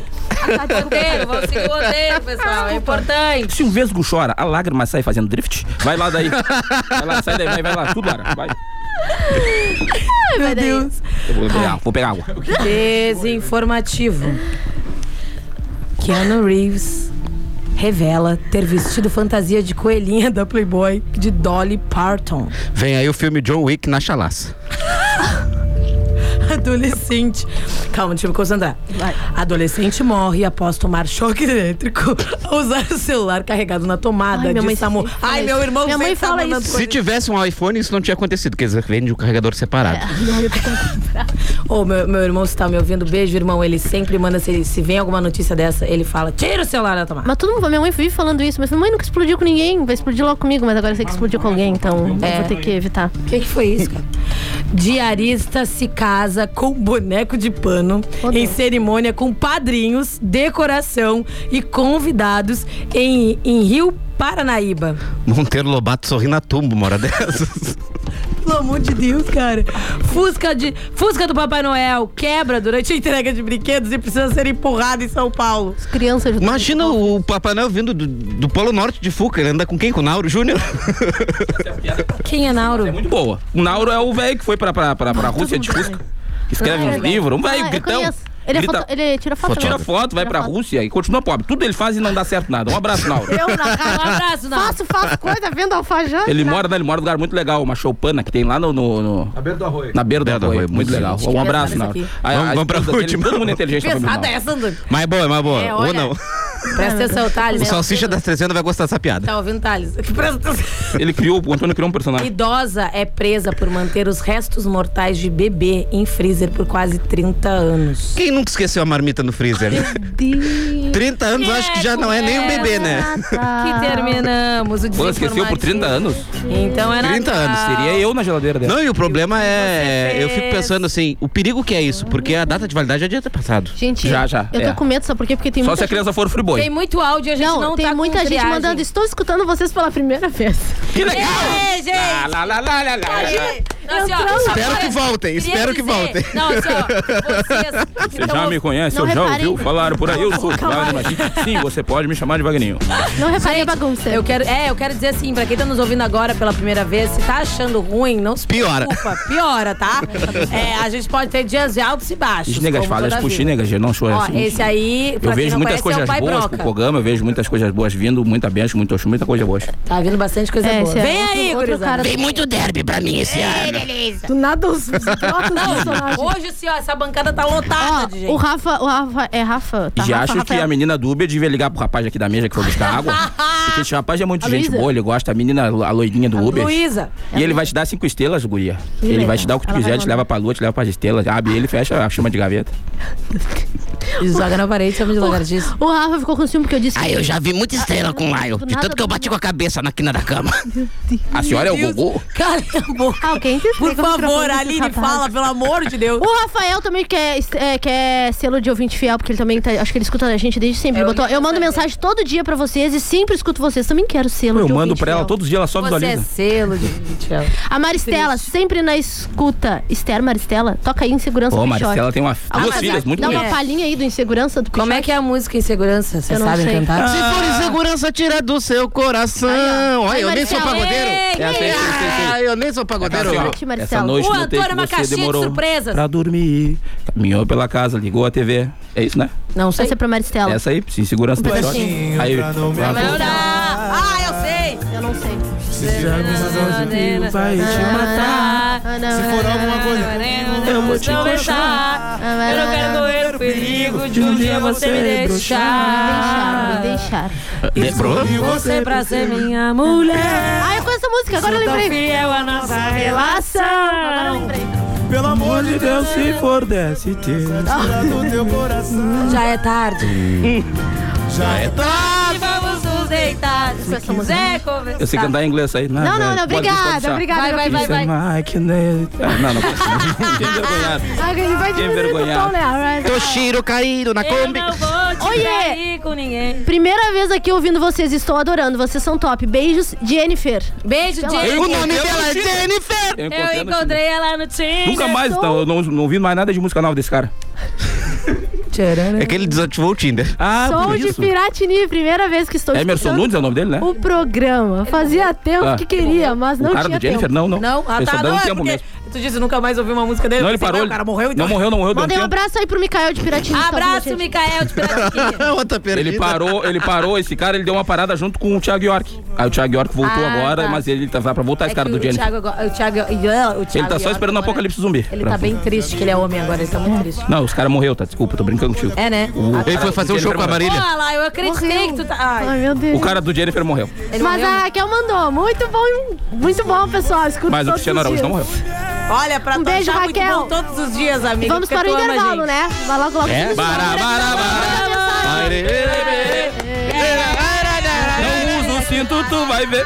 Speaker 4: Roteiro, vamos seguir É o roteiro, pessoal. É importante.
Speaker 2: Se um vesgo chora, a lágrima sai fazendo drift. Vai lá daí. Vai lá, sai daí, vai, vai lá. Tudo, Lara. Vai.
Speaker 5: Meu Deus.
Speaker 2: Eu vou pegar, vou pegar água.
Speaker 4: Desinformativo. Keanu Reeves revela ter vestido fantasia de coelhinha da Playboy de Dolly Parton.
Speaker 6: Vem aí o filme John Wick na chalaça.
Speaker 4: Adolescente. Calma, deixa eu me concentrar. Adolescente morre após tomar choque elétrico ao usar o celular carregado na tomada
Speaker 5: Ai, minha
Speaker 4: de
Speaker 5: mãe
Speaker 4: SAMU.
Speaker 5: sempre fala
Speaker 4: Ai, meu
Speaker 5: isso.
Speaker 4: irmão,
Speaker 5: Minha mãe
Speaker 4: sempre
Speaker 5: fala
Speaker 4: tá mandando
Speaker 5: isso.
Speaker 4: coisa.
Speaker 6: Se tivesse um iPhone, isso não tinha acontecido, porque eles vendem o carregador separado.
Speaker 4: Ô, meu, meu irmão, se tá me ouvindo, beijo, irmão. Ele sempre manda, se, se vem alguma notícia dessa, ele fala: tira o celular da tomada.
Speaker 5: Mas todo mundo, minha mãe vive falando isso, mas minha mãe nunca explodiu com ninguém. Vai explodir logo comigo, mas agora eu sei que explodiu com alguém, então eu vou ter que evitar.
Speaker 4: O que, que foi isso, cara? [laughs] Diarista se casa com boneco de pano em cerimônia com padrinhos, decoração e convidados em, em Rio Paranaíba.
Speaker 6: Monteiro Lobato sorri na tumba uma hora dessas.
Speaker 4: Pelo amor de Deus, cara. Fusca, de, Fusca do Papai Noel quebra durante a entrega de brinquedos e precisa ser empurrado em São Paulo.
Speaker 5: As crianças ajudam.
Speaker 6: Imagina o Papai Noel vindo do, do Polo Norte de Fuca. Ele anda com quem? Com o Nauro Júnior?
Speaker 4: Quem é Nauro?
Speaker 2: É muito boa. O Nauro é o velho que foi pra, pra, pra, pra Rússia
Speaker 5: tá
Speaker 2: de Fusca. Escreve uns livros, um velho
Speaker 5: Ah, eu
Speaker 2: gritão.
Speaker 5: conheço. Ele, é
Speaker 2: Grita-
Speaker 5: foto- ele tira foto.
Speaker 2: Só tira
Speaker 5: né?
Speaker 2: foto, vai
Speaker 5: Tira
Speaker 2: pra
Speaker 5: foto.
Speaker 2: Rússia e continua pobre. Tudo ele faz e não dá certo nada. Um abraço, Nauro. [laughs]
Speaker 6: é
Speaker 5: Eu
Speaker 6: [laughs]
Speaker 5: na
Speaker 4: Um
Speaker 5: cara.
Speaker 4: abraço, Nauro.
Speaker 5: Tá. faço, faço coisa, vendo alfajor.
Speaker 2: Ele mora, né? Ele mora num lugar muito legal, uma choupana que tem lá no. no, no- Na beira do
Speaker 6: Beira do
Speaker 2: arroio.
Speaker 6: Arroio,
Speaker 2: Muito
Speaker 6: muito
Speaker 2: legal.
Speaker 6: bonito.
Speaker 2: Um abraço,
Speaker 4: Isso
Speaker 2: Nauro.
Speaker 4: aqui.
Speaker 2: A- a
Speaker 6: Vamos- vamos pra
Speaker 2: esposa dele,
Speaker 6: última.
Speaker 2: Todo mundo é inteligente. na família
Speaker 4: Pesada
Speaker 2: Nauro.
Speaker 4: essa, Antônio.
Speaker 6: mais boa, mais boa.
Speaker 4: É, olha.
Speaker 6: Ou não.
Speaker 4: Presta atenção, Thales.
Speaker 6: O Salsicha das 300 vai gostar dessa piada.
Speaker 4: Tá ouvindo, Thales? Presta atenção.
Speaker 2: Ele criou, o Antônio criou um personagem.
Speaker 4: Idosa é presa por manter os restos mortais de bebê em freezer por quase 30 anos.
Speaker 6: Quem nunca esqueceu a marmita no freezer? né? [laughs] 30 anos eu acho que já não é nem um bebê, né?
Speaker 5: Ah,
Speaker 4: Que terminamos o
Speaker 2: Pô, Ela esqueceu por 30 anos?
Speaker 4: Então era
Speaker 6: 30 anos,
Speaker 2: Seria eu na geladeira dela.
Speaker 6: Não, e o problema é.
Speaker 4: você
Speaker 6: Eu fico
Speaker 4: fez?
Speaker 6: pensando assim, o perigo que é isso, porque a data de validade é dia passado.
Speaker 5: Gente,
Speaker 2: Já, já,
Speaker 5: eu tô
Speaker 2: é.
Speaker 5: com medo, sabe por quê? Porque tem
Speaker 2: Só
Speaker 5: muita
Speaker 2: se a criança for friboi.
Speaker 4: Tem muito áudio, a gente não,
Speaker 5: Não, tem
Speaker 4: tá
Speaker 5: muita
Speaker 4: com
Speaker 5: gente
Speaker 4: triagem.
Speaker 5: mandando. Estou escutando vocês pela primeira vez.
Speaker 2: Que legal!
Speaker 4: É, gente!
Speaker 2: Lá, lá, lá, lá, lá, lá.
Speaker 4: Imagina, Assim, ó, só
Speaker 6: Espero
Speaker 4: pra-
Speaker 6: que voltem,
Speaker 4: queria
Speaker 6: espero que
Speaker 4: dizer-
Speaker 6: voltem.
Speaker 4: Não, assim, ó, vocês que
Speaker 2: Você já
Speaker 4: tão-
Speaker 2: me conhece,
Speaker 4: não
Speaker 2: eu já
Speaker 4: reparem-
Speaker 2: ouviu? Falaram por aí, eu sou o Wagner Martins. Sim, você pode me chamar de Wagninho.
Speaker 4: Não reparei a bagunça. Eu quero, é, eu quero dizer assim, pra quem tá nos ouvindo agora pela primeira vez, se tá achando ruim, não se
Speaker 2: Piora.
Speaker 4: preocupa. Piora,
Speaker 2: [laughs]
Speaker 4: tá? É, a gente pode ter dias de altos e baixos.
Speaker 2: Chinegas
Speaker 4: como
Speaker 2: fala,
Speaker 4: toda
Speaker 2: tipo,
Speaker 4: vida.
Speaker 2: chinegas, não chora
Speaker 4: Ó,
Speaker 2: assim.
Speaker 4: esse aí, pra
Speaker 2: Eu
Speaker 4: quem
Speaker 2: vejo
Speaker 4: não
Speaker 2: muitas
Speaker 4: conhece, é
Speaker 2: coisas
Speaker 4: o Pai
Speaker 2: boas pro
Speaker 4: Broca.
Speaker 2: programa, eu vejo muitas coisas boas vindo, muita benção, muito oxum, muita coisa boa.
Speaker 4: Tá vindo bastante coisa
Speaker 5: É,
Speaker 4: boa.
Speaker 5: esse é
Speaker 4: Vem
Speaker 5: outro-
Speaker 4: aí,
Speaker 5: outro
Speaker 4: gurizada.
Speaker 5: cara- Tem muito
Speaker 2: derby pra mim esse ano.
Speaker 4: Beleza. Do nada os [laughs]
Speaker 5: personagens.
Speaker 4: Hoje, sim, ó, essa bancada tá lotada de gente.
Speaker 5: O Rafa, o Rafa, é Rafa. Tá,
Speaker 2: Já
Speaker 5: Rafa,
Speaker 2: acho que
Speaker 5: Rafael.
Speaker 2: a menina dúbia devia ligar pro rapaz aqui da mesa que
Speaker 13: [laughs]
Speaker 2: foi buscar água. Porque esse rapaz é muito
Speaker 5: A
Speaker 2: gente
Speaker 5: Luísa?
Speaker 2: boa, ele gosta. A menina, a loirinha do Uber.
Speaker 4: Luísa.
Speaker 2: E ele vai te dar cinco estrelas, guria.
Speaker 5: Que
Speaker 2: ele
Speaker 5: legal.
Speaker 2: vai te dar o que tu
Speaker 5: Ela
Speaker 2: quiser,
Speaker 5: vai
Speaker 2: te leva pra lua, te leva pras estrelas. Abre ele, fecha a chama de gaveta.
Speaker 4: E joga na parede, chama de lagartixa.
Speaker 5: O Rafa ficou com ciúme porque eu disse
Speaker 13: Ah,
Speaker 5: que-
Speaker 13: eu já vi muita estrela com o Lion.
Speaker 5: Do
Speaker 13: De
Speaker 5: nada,
Speaker 13: tanto que eu bati com a cabeça na quina da
Speaker 5: [laughs]
Speaker 13: cama. A senhora é
Speaker 5: Meu
Speaker 13: o
Speaker 5: Deus.
Speaker 13: Gugu?
Speaker 4: Cala a boca.
Speaker 5: Alguém te
Speaker 4: Por
Speaker 5: explica o microfone
Speaker 4: favor,
Speaker 5: desses
Speaker 4: Aline,
Speaker 5: rapazes.
Speaker 4: fala, pelo amor de
Speaker 2: [laughs]
Speaker 4: Deus.
Speaker 5: O Rafael também quer, é, quer selo de ouvinte fiel, porque ele também tá. Acho que ele escuta a gente desde sempre. Ele botou, eu mando mensagem todo dia pra vocês e sempre escuto vocês. Também quero selo
Speaker 2: Eu
Speaker 5: de
Speaker 2: mando
Speaker 5: ouvinte
Speaker 2: pra ela
Speaker 5: fiel.
Speaker 2: todos os dias, ela só visualiza.
Speaker 4: é selo de fiel.
Speaker 5: A Maristela, sempre na escuta. Esther Maristela, toca aí Insegurança
Speaker 2: Pô,
Speaker 5: do Pichote.
Speaker 2: Maristela tem uma,
Speaker 5: Ah,
Speaker 2: duas
Speaker 5: mas
Speaker 2: filhas, muito
Speaker 5: Dá uma
Speaker 2: bonitas.
Speaker 5: palhinha aí do Insegurança do Pichote.
Speaker 4: Como é que é a música Insegurança? Vocês
Speaker 5: Eu não
Speaker 4: sabem
Speaker 5: sei.
Speaker 4: cantar?
Speaker 5: Se for
Speaker 6: Ah.
Speaker 13: insegurança, tira do seu coração. Olha, eu nem sou pagodeiro.
Speaker 2: É
Speaker 13: Ah, eu nem sou pagodeiro.
Speaker 2: Assim, ó, Essa noite
Speaker 4: O
Speaker 2: notei que
Speaker 4: Antônio é uma
Speaker 2: você
Speaker 4: caixinha de
Speaker 2: demorou
Speaker 4: surpresas.
Speaker 2: Pra dormir. Caminhou pela casa, ligou a TV. É isso, né?
Speaker 4: Não sei.
Speaker 5: Essa é pra Maristela.
Speaker 2: Essa aí, sim, segurança
Speaker 5: Um
Speaker 2: do shot.
Speaker 5: pedacinho
Speaker 2: Aí,
Speaker 4: Vai Ah, eu sei!
Speaker 5: Eu não sei. Ah,
Speaker 4: Se já me sozinho, vai te matar. Se for alguma coisa, eu vou te deixar. Eu não quero correr o perigo de um dia você me deixar.
Speaker 5: Me deixar.
Speaker 13: Lembrou?
Speaker 4: E você pra ser minha mulher.
Speaker 5: Ah, eu conheço essa música, agora eu
Speaker 4: Sou tão
Speaker 5: lembrei.
Speaker 4: fiel à nossa relação.
Speaker 5: Agora eu
Speaker 2: Tá
Speaker 5: lembrei.
Speaker 2: Pelo amor de Deus, se for desse tiro.
Speaker 4: Já é tarde.
Speaker 2: Já é
Speaker 4: E
Speaker 2: tarde.
Speaker 4: vamos nos deitar. Se quiser conversar.
Speaker 2: Eu sei cantar em inglês isso aí. né?
Speaker 4: Não, não, não,
Speaker 2: Pode- é pode
Speaker 4: obrigada,
Speaker 2: deixar.
Speaker 4: obrigada, Vai, vai, vai, vai.
Speaker 2: Mike, né? Ah, Não, não. Fiquei [laughs] envergonhado.
Speaker 5: Ah, ele vai
Speaker 2: Fiquei
Speaker 5: diminuindo o tom,
Speaker 2: envergonhado.
Speaker 5: né? Alright.
Speaker 13: Toshiro caído na Kombi.
Speaker 5: Oiê!
Speaker 4: com ninguém.
Speaker 5: Primeira vez aqui ouvindo vocês, estou adorando. Vocês são top. Beijos, Jennifer.
Speaker 4: Beijo,
Speaker 5: Jennifer.
Speaker 13: O nome dela é
Speaker 5: Jennifer!
Speaker 2: Eu encontrei Eu no encontrei
Speaker 4: Então, ela no Tinder.
Speaker 2: Nunca mais, então, eu não, não ouvi mais nada de música nova desse cara.
Speaker 6: É que ele desativou o Tinder.
Speaker 2: Ah,
Speaker 5: Sou
Speaker 2: por
Speaker 5: de
Speaker 2: isso.
Speaker 5: Piratini, primeira vez que estou
Speaker 2: Emerson
Speaker 5: escutando
Speaker 2: Nunes é o nome dele, né?
Speaker 5: O programa. Fazia tempo
Speaker 2: Ah.
Speaker 5: que queria, mas
Speaker 2: O
Speaker 5: não
Speaker 2: cara
Speaker 5: tinha
Speaker 2: do Jennifer?
Speaker 5: tempo.
Speaker 2: Não, não.
Speaker 4: Não, ah,
Speaker 2: Ele
Speaker 4: tá,
Speaker 2: só deu um
Speaker 4: não, é
Speaker 2: tempo
Speaker 4: porque
Speaker 2: mesmo.
Speaker 4: tu disse nunca mais ouviu uma música dele.
Speaker 2: Não,
Speaker 4: eu
Speaker 2: ele
Speaker 4: pensei,
Speaker 2: parou.
Speaker 4: "Não,
Speaker 2: ele-
Speaker 4: O cara morreu, então.
Speaker 2: Não morreu, não morreu. deu
Speaker 5: Mandei um
Speaker 2: tempo.
Speaker 5: abraço aí pro Mikael de Piratini. que tá ouvindo a
Speaker 4: Abraço,
Speaker 5: gente.
Speaker 4: Mikael de Piratininha.
Speaker 13: É
Speaker 6: Outra perdida.
Speaker 2: Ele parou, ele parou, esse cara, ele deu uma parada junto com o Thiago York. Aí o Thiago York voltou
Speaker 4: Ah,
Speaker 2: agora,
Speaker 4: tá.
Speaker 2: mas ele tá vai pra voltar esse cara
Speaker 4: É que
Speaker 2: do
Speaker 4: o
Speaker 2: Jennifer.
Speaker 4: Thiago agora- o Thiago, o Thiago
Speaker 2: Ele tá só
Speaker 4: York
Speaker 2: esperando o
Speaker 4: agora-
Speaker 2: apocalipse zumbi.
Speaker 4: é. Ele
Speaker 2: pra-
Speaker 4: tá bem triste que ele é homem agora, ele tá muito triste.
Speaker 2: Não, os caras morreu, tá? Desculpa, tô brincando contigo.
Speaker 4: É, né?
Speaker 2: O cara do
Speaker 6: um
Speaker 2: Jennifer morreu.
Speaker 4: Olha lá, eu acreditei que tu tá. Ai,
Speaker 5: meu Deus.
Speaker 2: O cara do Jennifer morreu.
Speaker 5: Mas a Raquel mandou. Muito bom, muito bom, pessoal. Escuta
Speaker 2: Mas o
Speaker 5: todos
Speaker 2: Cristiano
Speaker 5: os dias.
Speaker 2: Araújo não morreu.
Speaker 4: Olha, pra
Speaker 5: Um
Speaker 4: tu
Speaker 5: beijo,
Speaker 4: achar muito
Speaker 5: Raquel.
Speaker 4: bom todos os dias, amigo.
Speaker 5: Vamos para o intervalo, né? Vai logo, logo.
Speaker 2: É? Bará, bará,
Speaker 4: É,
Speaker 2: Não usa o cinto, tu vai ver.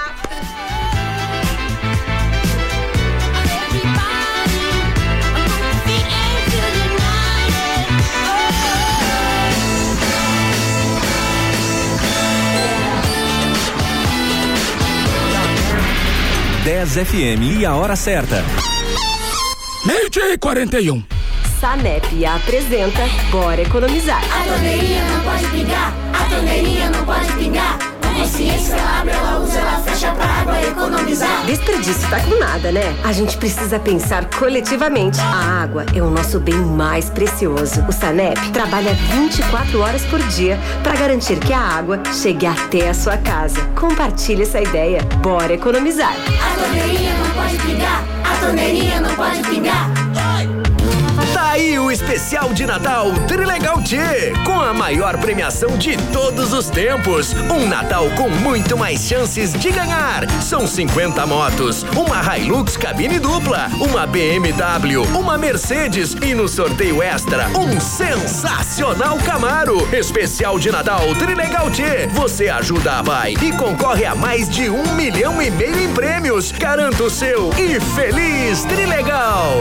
Speaker 14: FM e a hora certa.
Speaker 2: Meio-dia e 41.
Speaker 15: Sanep apresenta Bora Economizar.
Speaker 16: A torneirinha não pode pingar, a torneirinha não pode pingar. A consciência ela abre, ela usa, ela fecha pra água economizar.
Speaker 15: Desperdício tá com nada, né? A gente precisa pensar coletivamente. A água é o nosso bem mais precioso. O Sanep trabalha 24 horas por dia para garantir que a água chegue até a sua casa. Compartilhe essa ideia. Bora economizar.
Speaker 16: A torneirinha não pode pingar, a torneirinha não pode pingar.
Speaker 8: Tá aí o especial de Natal Trilegal T, com a maior premiação de todos os tempos. Um Natal com muito mais chances de ganhar. São 50 motos, uma Hilux cabine dupla, uma BMW, uma Mercedes e no sorteio extra, um sensacional Camaro. Especial de Natal Trilegal T, você ajuda a Pai e concorre a mais de um milhão e meio em prêmios. Garanta o seu e feliz Trilegal!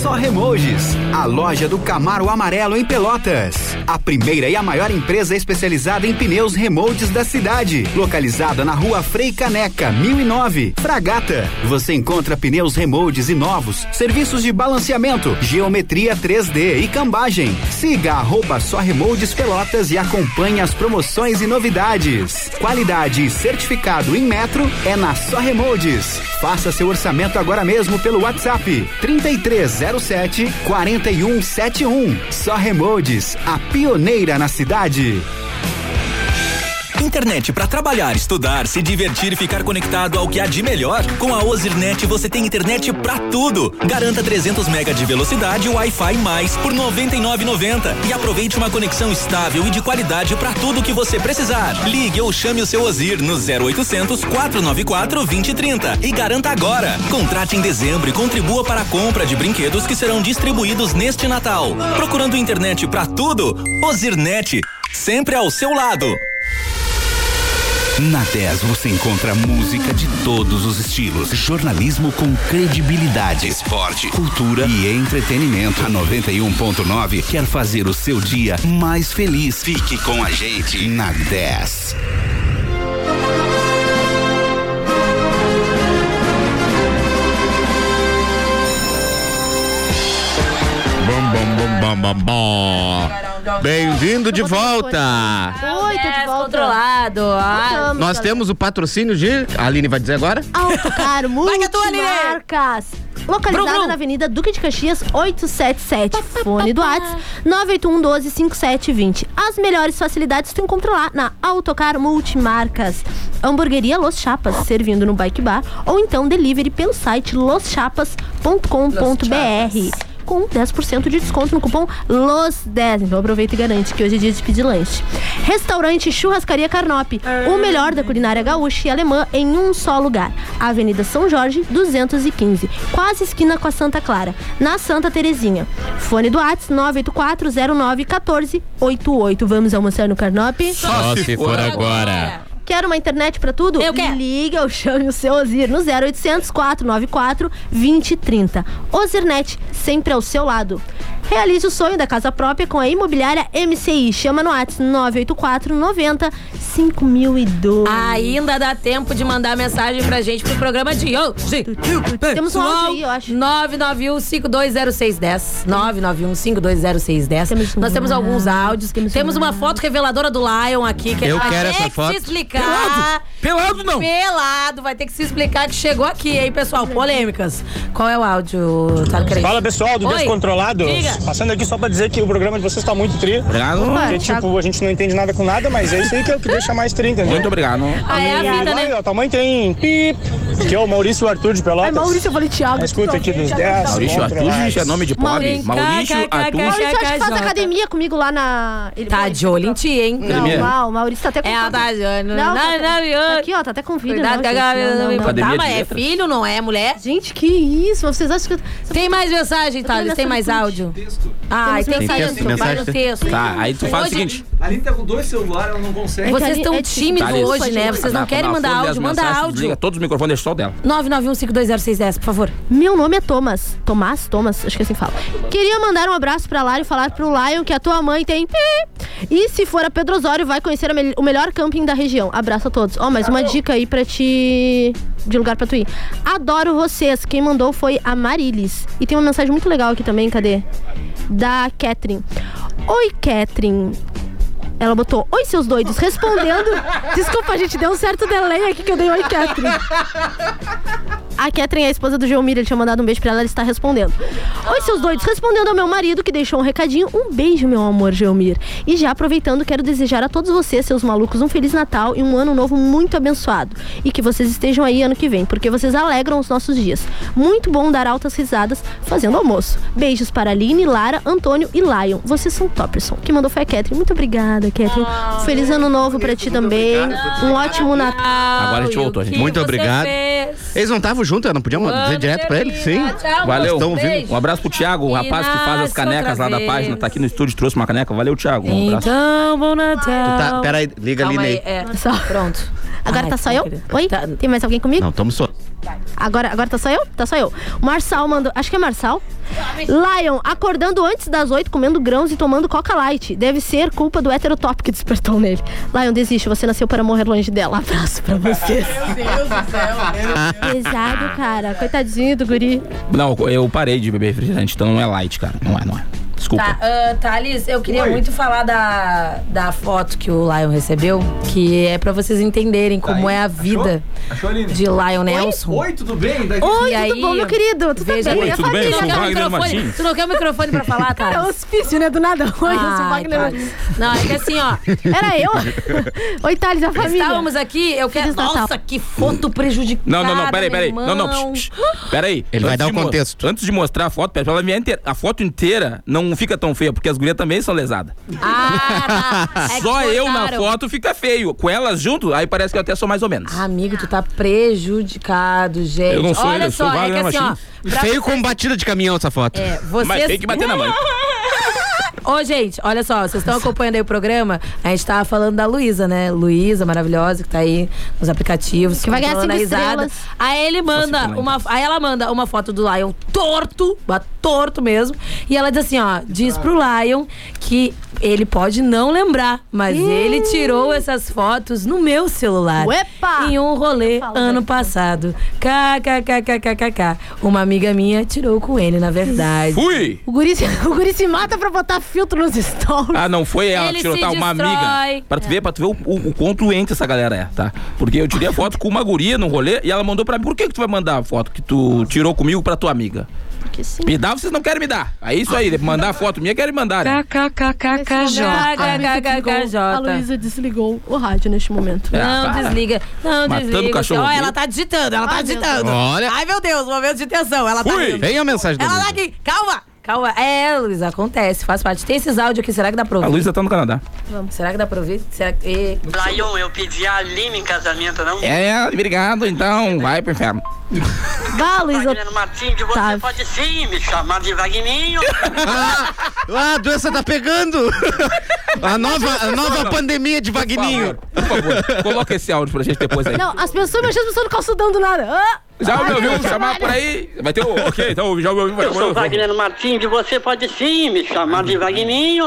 Speaker 17: Só Remojis, a loja do Camaro Amarelo em Pelotas. a primeira e a maior empresa especializada em pneus remotes da cidade. Localizada na rua Frei Caneca, 1009, Fragata. Você encontra pneus remoldes e novos, serviços de balanceamento, geometria 3D e cambagem. Siga arroba só remoldes pelotas e acompanhe as promoções e novidades. Qualidade e certificado em metro é na Só Remoldes. Faça seu orçamento agora mesmo pelo WhatsApp 3307 4171. Só Remoldes, a pioneira na cidade.
Speaker 14: Internet para trabalhar, estudar, se divertir e ficar conectado ao que há de melhor. Com a Ozirnet você tem internet para tudo. Garanta 300 mega de velocidade e Wi-Fi mais por 99,90 e aproveite uma conexão estável e de qualidade para tudo que você precisar. Ligue ou chame o seu Ozir no 0800 494 2030 e garanta agora. Contrate em dezembro e contribua para a compra de brinquedos que serão distribuídos neste Natal. Procurando internet para tudo? Ozirnet, sempre ao seu lado.
Speaker 3: Na 10 você encontra música de todos os estilos, jornalismo com credibilidade, esporte, cultura e entretenimento. A 91.9 quer fazer o seu dia mais feliz. Fique com a gente na 10.
Speaker 6: Bom, bom, bom, bom, bom, bom. Bem-vindo de volta.
Speaker 4: Oi, tudo controlado. Ah.
Speaker 6: Nós temos o patrocínio de. A Aline vai dizer agora?
Speaker 5: Autocar Multimarcas. Localizada
Speaker 4: é Brum, brum.
Speaker 5: na Avenida Duque de Caxias, 877. Fone do Whats, 981 12 5720. As melhores facilidades tu encontra lá na Autocar Multimarcas. Hamburgueria Los Chapas, servindo no Bike Bar, ou então delivery pelo site loschapas.com.br. Com 10% de desconto no cupom LOS10. Então aproveita e garante que hoje é dia de pedir lanche. Restaurante Churrascaria Carnop, o melhor da culinária gaúcha e alemã em um só lugar. Avenida São Jorge, 215, quase esquina com a Santa Clara, na Santa Terezinha. Fone do Whats 984091488. Vamos almoçar no Carnop?
Speaker 18: Só se for agora.
Speaker 5: Quer uma internet pra tudo? Eu quero. Liga ou chame o seu Ozir no 0800 494 2030. Ozirnet, sempre ao seu lado. Realize o sonho da casa própria com a imobiliária MCI. Chama no WhatsApp 984 90 5002.
Speaker 4: Ainda dá tempo de mandar mensagem pra gente pro programa de hoje.
Speaker 5: Temos um áudio aí, eu acho.
Speaker 4: 991-520610. 991-520610. Nós temos alguns áudios. Temos, uma foto reveladora do Lion aqui. Que
Speaker 6: Eu
Speaker 4: ele vai
Speaker 6: quero
Speaker 4: ter
Speaker 6: essa
Speaker 4: que
Speaker 6: foto.
Speaker 4: se explicar.
Speaker 2: Pelado! Pelado não.
Speaker 4: Pelado. Vai ter que se explicar que chegou aqui, hein, pessoal? Polêmicas. Qual é o áudio, Tado Crente?
Speaker 19: Fala pessoal do
Speaker 4: Oi.
Speaker 19: Descontrolados.
Speaker 4: Diga.
Speaker 19: Passando aqui só pra dizer que o programa de vocês tá muito tri.
Speaker 2: Obrigado.
Speaker 19: Porque,
Speaker 5: tá
Speaker 19: tipo, a gente não entende nada com nada, mas é isso aí que é o que deixa mais tri, entendeu?
Speaker 2: Muito obrigado.
Speaker 4: Ah, é a vida,
Speaker 19: Agora,
Speaker 4: né?
Speaker 19: ó, Tua mãe tem pip, que é o Maurício Arthur de Pelotas. É Maurício,
Speaker 5: eu falei Thiago.
Speaker 19: Escuta aqui dos 10.
Speaker 2: Maurício Arthur é nome de pobre. Maurício
Speaker 5: Maurício,
Speaker 2: Arthur.
Speaker 5: acho que faz academia comigo lá na. Ele tá
Speaker 4: de olho em ti, hein?
Speaker 5: Não,
Speaker 2: Academia?
Speaker 5: uau, o Maurício tá até com.
Speaker 4: É, tá de olho.
Speaker 5: Não,
Speaker 4: Não,
Speaker 5: tá-
Speaker 4: não,
Speaker 5: Aqui, ó, tá até com vídeo.
Speaker 4: Cuidado
Speaker 5: não,
Speaker 4: que a
Speaker 5: gente,
Speaker 4: Gabi
Speaker 5: não,
Speaker 4: não
Speaker 5: não,
Speaker 4: me
Speaker 5: não.
Speaker 4: tá,
Speaker 2: Academia de
Speaker 4: mas é
Speaker 2: letras.
Speaker 4: filho, não é mulher?
Speaker 5: Gente, que isso? Vocês acham que.
Speaker 4: Tem mais mensagem, Thales? Tem mais áudio? Ah,
Speaker 5: Temos
Speaker 4: tem
Speaker 5: mensagem.
Speaker 4: texto, faz o texto.
Speaker 2: Tá, aí tu faz o
Speaker 4: Hoje-
Speaker 2: seguinte.
Speaker 20: A Aline tá com dois celulares, ela não consegue.
Speaker 4: Vocês
Speaker 6: é
Speaker 4: estão
Speaker 6: tipo
Speaker 4: tímidos
Speaker 2: Thalys,
Speaker 4: hoje, né? Vocês não
Speaker 2: na-
Speaker 4: querem
Speaker 2: na
Speaker 4: mandar
Speaker 2: folha,
Speaker 4: áudio,
Speaker 2: as
Speaker 4: manda
Speaker 2: mensagens,
Speaker 4: áudio.
Speaker 2: Desliga todos os microfones, deixa só o dela.
Speaker 4: 991520610, por favor.
Speaker 5: Meu nome é Thomas. Tomás? Thomas, acho que assim fala. Queria mandar um abraço pra Lara e falar pro Lion que a tua mãe tem. E se for a Pedro Osório, vai conhecer a mel- o melhor camping da região. Abraço a todos. Ó, mais uma dica aí pra te. de lugar pra tu ir. Adoro vocês. Quem mandou foi a Marilis. E tem uma mensagem muito legal aqui também, cadê? Da Catherine. Oi, Catherine. Ela botou, oi seus doidos, respondendo. Desculpa, gente, deu um certo delay aqui que eu dei oi, Catherine. A Catherine é a esposa do Geomir, ele tinha mandado um beijo pra ela, ela está respondendo. Oi, seus doidos, respondendo ao meu marido que deixou um recadinho. Um beijo, meu amor, Geomir. E já aproveitando, quero desejar a todos vocês, seus malucos, um Feliz Natal e um ano novo muito abençoado. E que vocês estejam aí ano que vem, porque vocês alegram os nossos dias. Muito bom dar altas risadas fazendo almoço. Beijos para Aline, Lara, Antônio e Lion. Vocês são topperson. Quem mandou foi a Catherine. Muito obrigada, Catherine. Ah, Feliz ano novo pra ti também. Um ótimo Natal.
Speaker 6: Agora a gente voltou, gente. Muito obrigado. Eles não estavam juntos, eu não podia mandar dizer direto pra eles? Sim.
Speaker 2: Valeu.
Speaker 6: Estão ouvindo.
Speaker 2: Um abraço pro Thiago, o rapaz que faz as
Speaker 6: nasce
Speaker 2: canecas lá
Speaker 6: outra
Speaker 2: da
Speaker 6: vez.
Speaker 2: página. Tá aqui no estúdio, trouxe uma caneca. Valeu, Thiago. Um abraço.
Speaker 4: Então, bom Natal.
Speaker 6: Tá, peraí, liga ali,
Speaker 4: Calma aí,
Speaker 6: Ney.
Speaker 4: é. Pronto.
Speaker 5: Agora tá só eu? Oi? Tem mais alguém comigo?
Speaker 6: Não, estamos só.
Speaker 5: Agora, agora tá só eu? Tá só eu. Marçal mandou. Acho que é Marçal. Lion, acordando antes das 8, comendo grãos e tomando Coca Light. Deve ser culpa do heterotop que despertou nele. Lion, desiste, você nasceu para morrer longe dela. [laughs] Abraço pra vocês.
Speaker 2: Meu Deus do céu.
Speaker 5: Pesado, cara. Coitadinho do guri.
Speaker 2: Não, eu parei de beber refrigerante, então não é light, cara. Não é, não é. Desculpa.
Speaker 4: Tá, ah, Thales, eu queria muito falar da, da foto que o Lion recebeu, que é pra vocês entenderem como é a vida
Speaker 20: Tá Achou, Aline?
Speaker 4: de Lion Nelson.
Speaker 20: Oi, tudo bem? Daí-
Speaker 4: E aí,
Speaker 20: Oi,
Speaker 4: veja-
Speaker 20: tudo bem? Eu sou o
Speaker 4: Tu não quer o
Speaker 20: Wagner
Speaker 4: microfone?
Speaker 20: Martins.
Speaker 4: Tu não quer o microfone
Speaker 20: [laughs]
Speaker 4: pra falar, tá?
Speaker 5: né? É hospício, né? Do nada. Oi, eu sou o
Speaker 4: Ai,
Speaker 5: Wagner
Speaker 4: Thales. Não, é que assim, ó.
Speaker 20: [laughs]
Speaker 5: Era
Speaker 4: [laughs]
Speaker 5: eu? Oi, Thales, a família.
Speaker 4: Estávamos aqui, eu quero. Nossa, que foto prejudicada.
Speaker 2: Não, não, não, peraí,
Speaker 4: Tá, meu
Speaker 2: peraí. Não, não,
Speaker 4: irmão.
Speaker 2: psh, Peraí. Ele
Speaker 13: vai dar o contexto.
Speaker 2: Antes de mostrar a foto, pede pra ela enviar inteira. A foto inteira não fica tão feia, porque as gurias também são lesadas.
Speaker 4: Ah,
Speaker 2: [laughs] Só eu na
Speaker 4: Tá, É cortaram.
Speaker 2: foto fica feio. Com elas junto, aí parece que eu até sou mais ou menos.
Speaker 4: Amigo, tu tá prejudicado, gente.
Speaker 2: Eu não sou
Speaker 4: Olha
Speaker 2: ele, eu sou
Speaker 4: só,
Speaker 2: o
Speaker 4: é que
Speaker 2: Wagner
Speaker 4: assim, ó.
Speaker 2: Martins.
Speaker 4: pra
Speaker 13: Feio com batida de caminhão essa foto.
Speaker 4: É, vocês...
Speaker 13: Mas tem que bater na mãe.
Speaker 4: [laughs] Ô, gente, olha só, vocês estão acompanhando aí o programa? A gente tava falando da Luísa, né? Luísa, maravilhosa, que tá aí nos aplicativos.
Speaker 5: Que vai ganhar
Speaker 4: controlando
Speaker 5: cinco
Speaker 4: a risada.
Speaker 5: estrelas.
Speaker 4: Aí ele manda uma. Aí ela manda uma foto do Lion torto, ba- torto mesmo. E ela diz assim: ó, diz pro Lion que ele pode não lembrar, mas ele tirou essas fotos no meu celular.
Speaker 5: Uepa!
Speaker 4: Em um rolê ano passado. KKKKKKK. Uma amiga minha tirou com ele, na verdade.
Speaker 2: Fui!
Speaker 5: O guri, se, [laughs] o guri se mata pra botar filtro nos stories.
Speaker 2: Ah, não foi ela que
Speaker 5: Ele
Speaker 2: tirou,
Speaker 5: se
Speaker 2: tá? Uma
Speaker 5: destrói. É.
Speaker 2: amiga. Pra tu ver, pra tu ver o, o, o quão doente essa galera é, tá? Porque eu tirei a foto com uma guria no rolê e ela mandou pra mim. Por que, que tu vai mandar a foto que tu tirou comigo pra tua amiga?
Speaker 5: Porque sim.
Speaker 2: Me dá, vocês não querem me dar. É isso aí, mandar a foto minha, querem mandar. né?
Speaker 4: KKKKJ.
Speaker 5: A Luísa desligou o rádio neste momento.
Speaker 2: Ah, Não, para.
Speaker 4: desliga. Não,
Speaker 2: Matando desliga. cachorro Ó, vivo. ela
Speaker 4: tá digitando, ela tá digitando.
Speaker 13: Olha.
Speaker 4: Ai, meu Deus, um momento de tensão. Ela tá. rindo.
Speaker 13: Vem a mensagem dele.
Speaker 4: Ela tá aqui. Calma, calma. É, Luiz, acontece, faz parte. Tem esses áudios aqui, será que dá pra
Speaker 2: A
Speaker 4: ouvir?
Speaker 2: Luísa tá no Canadá.
Speaker 4: Vamos. Será que dá pra ouvir? Será que. Ê,
Speaker 11: Lion, Então, eu pedi a Aline em casamento, não?
Speaker 2: É, obrigado, então. Vai pro inferno.
Speaker 5: Vá, Luísa.
Speaker 11: Wagner Martins, você
Speaker 4: Tá.
Speaker 11: pode sim me chamar
Speaker 19: [laughs]
Speaker 11: de Vagninho.
Speaker 13: Ah, a doença tá pegando! A nova, a
Speaker 2: Não,
Speaker 13: nova
Speaker 2: não.
Speaker 13: pandemia de Vagninho.
Speaker 2: Por favor, coloca esse áudio pra gente depois aí.
Speaker 5: Não, as pessoas mexendo, as pessoas não calçudão do nada. Ah,
Speaker 2: Já
Speaker 5: ai,
Speaker 2: me ouviu
Speaker 5: meu
Speaker 2: chamar
Speaker 5: trabalho.
Speaker 2: por aí? Vai ter o. Ok, então já me ouviu.
Speaker 11: Eu sou Wagner Martins, você pode sim me chamar de Vagninho.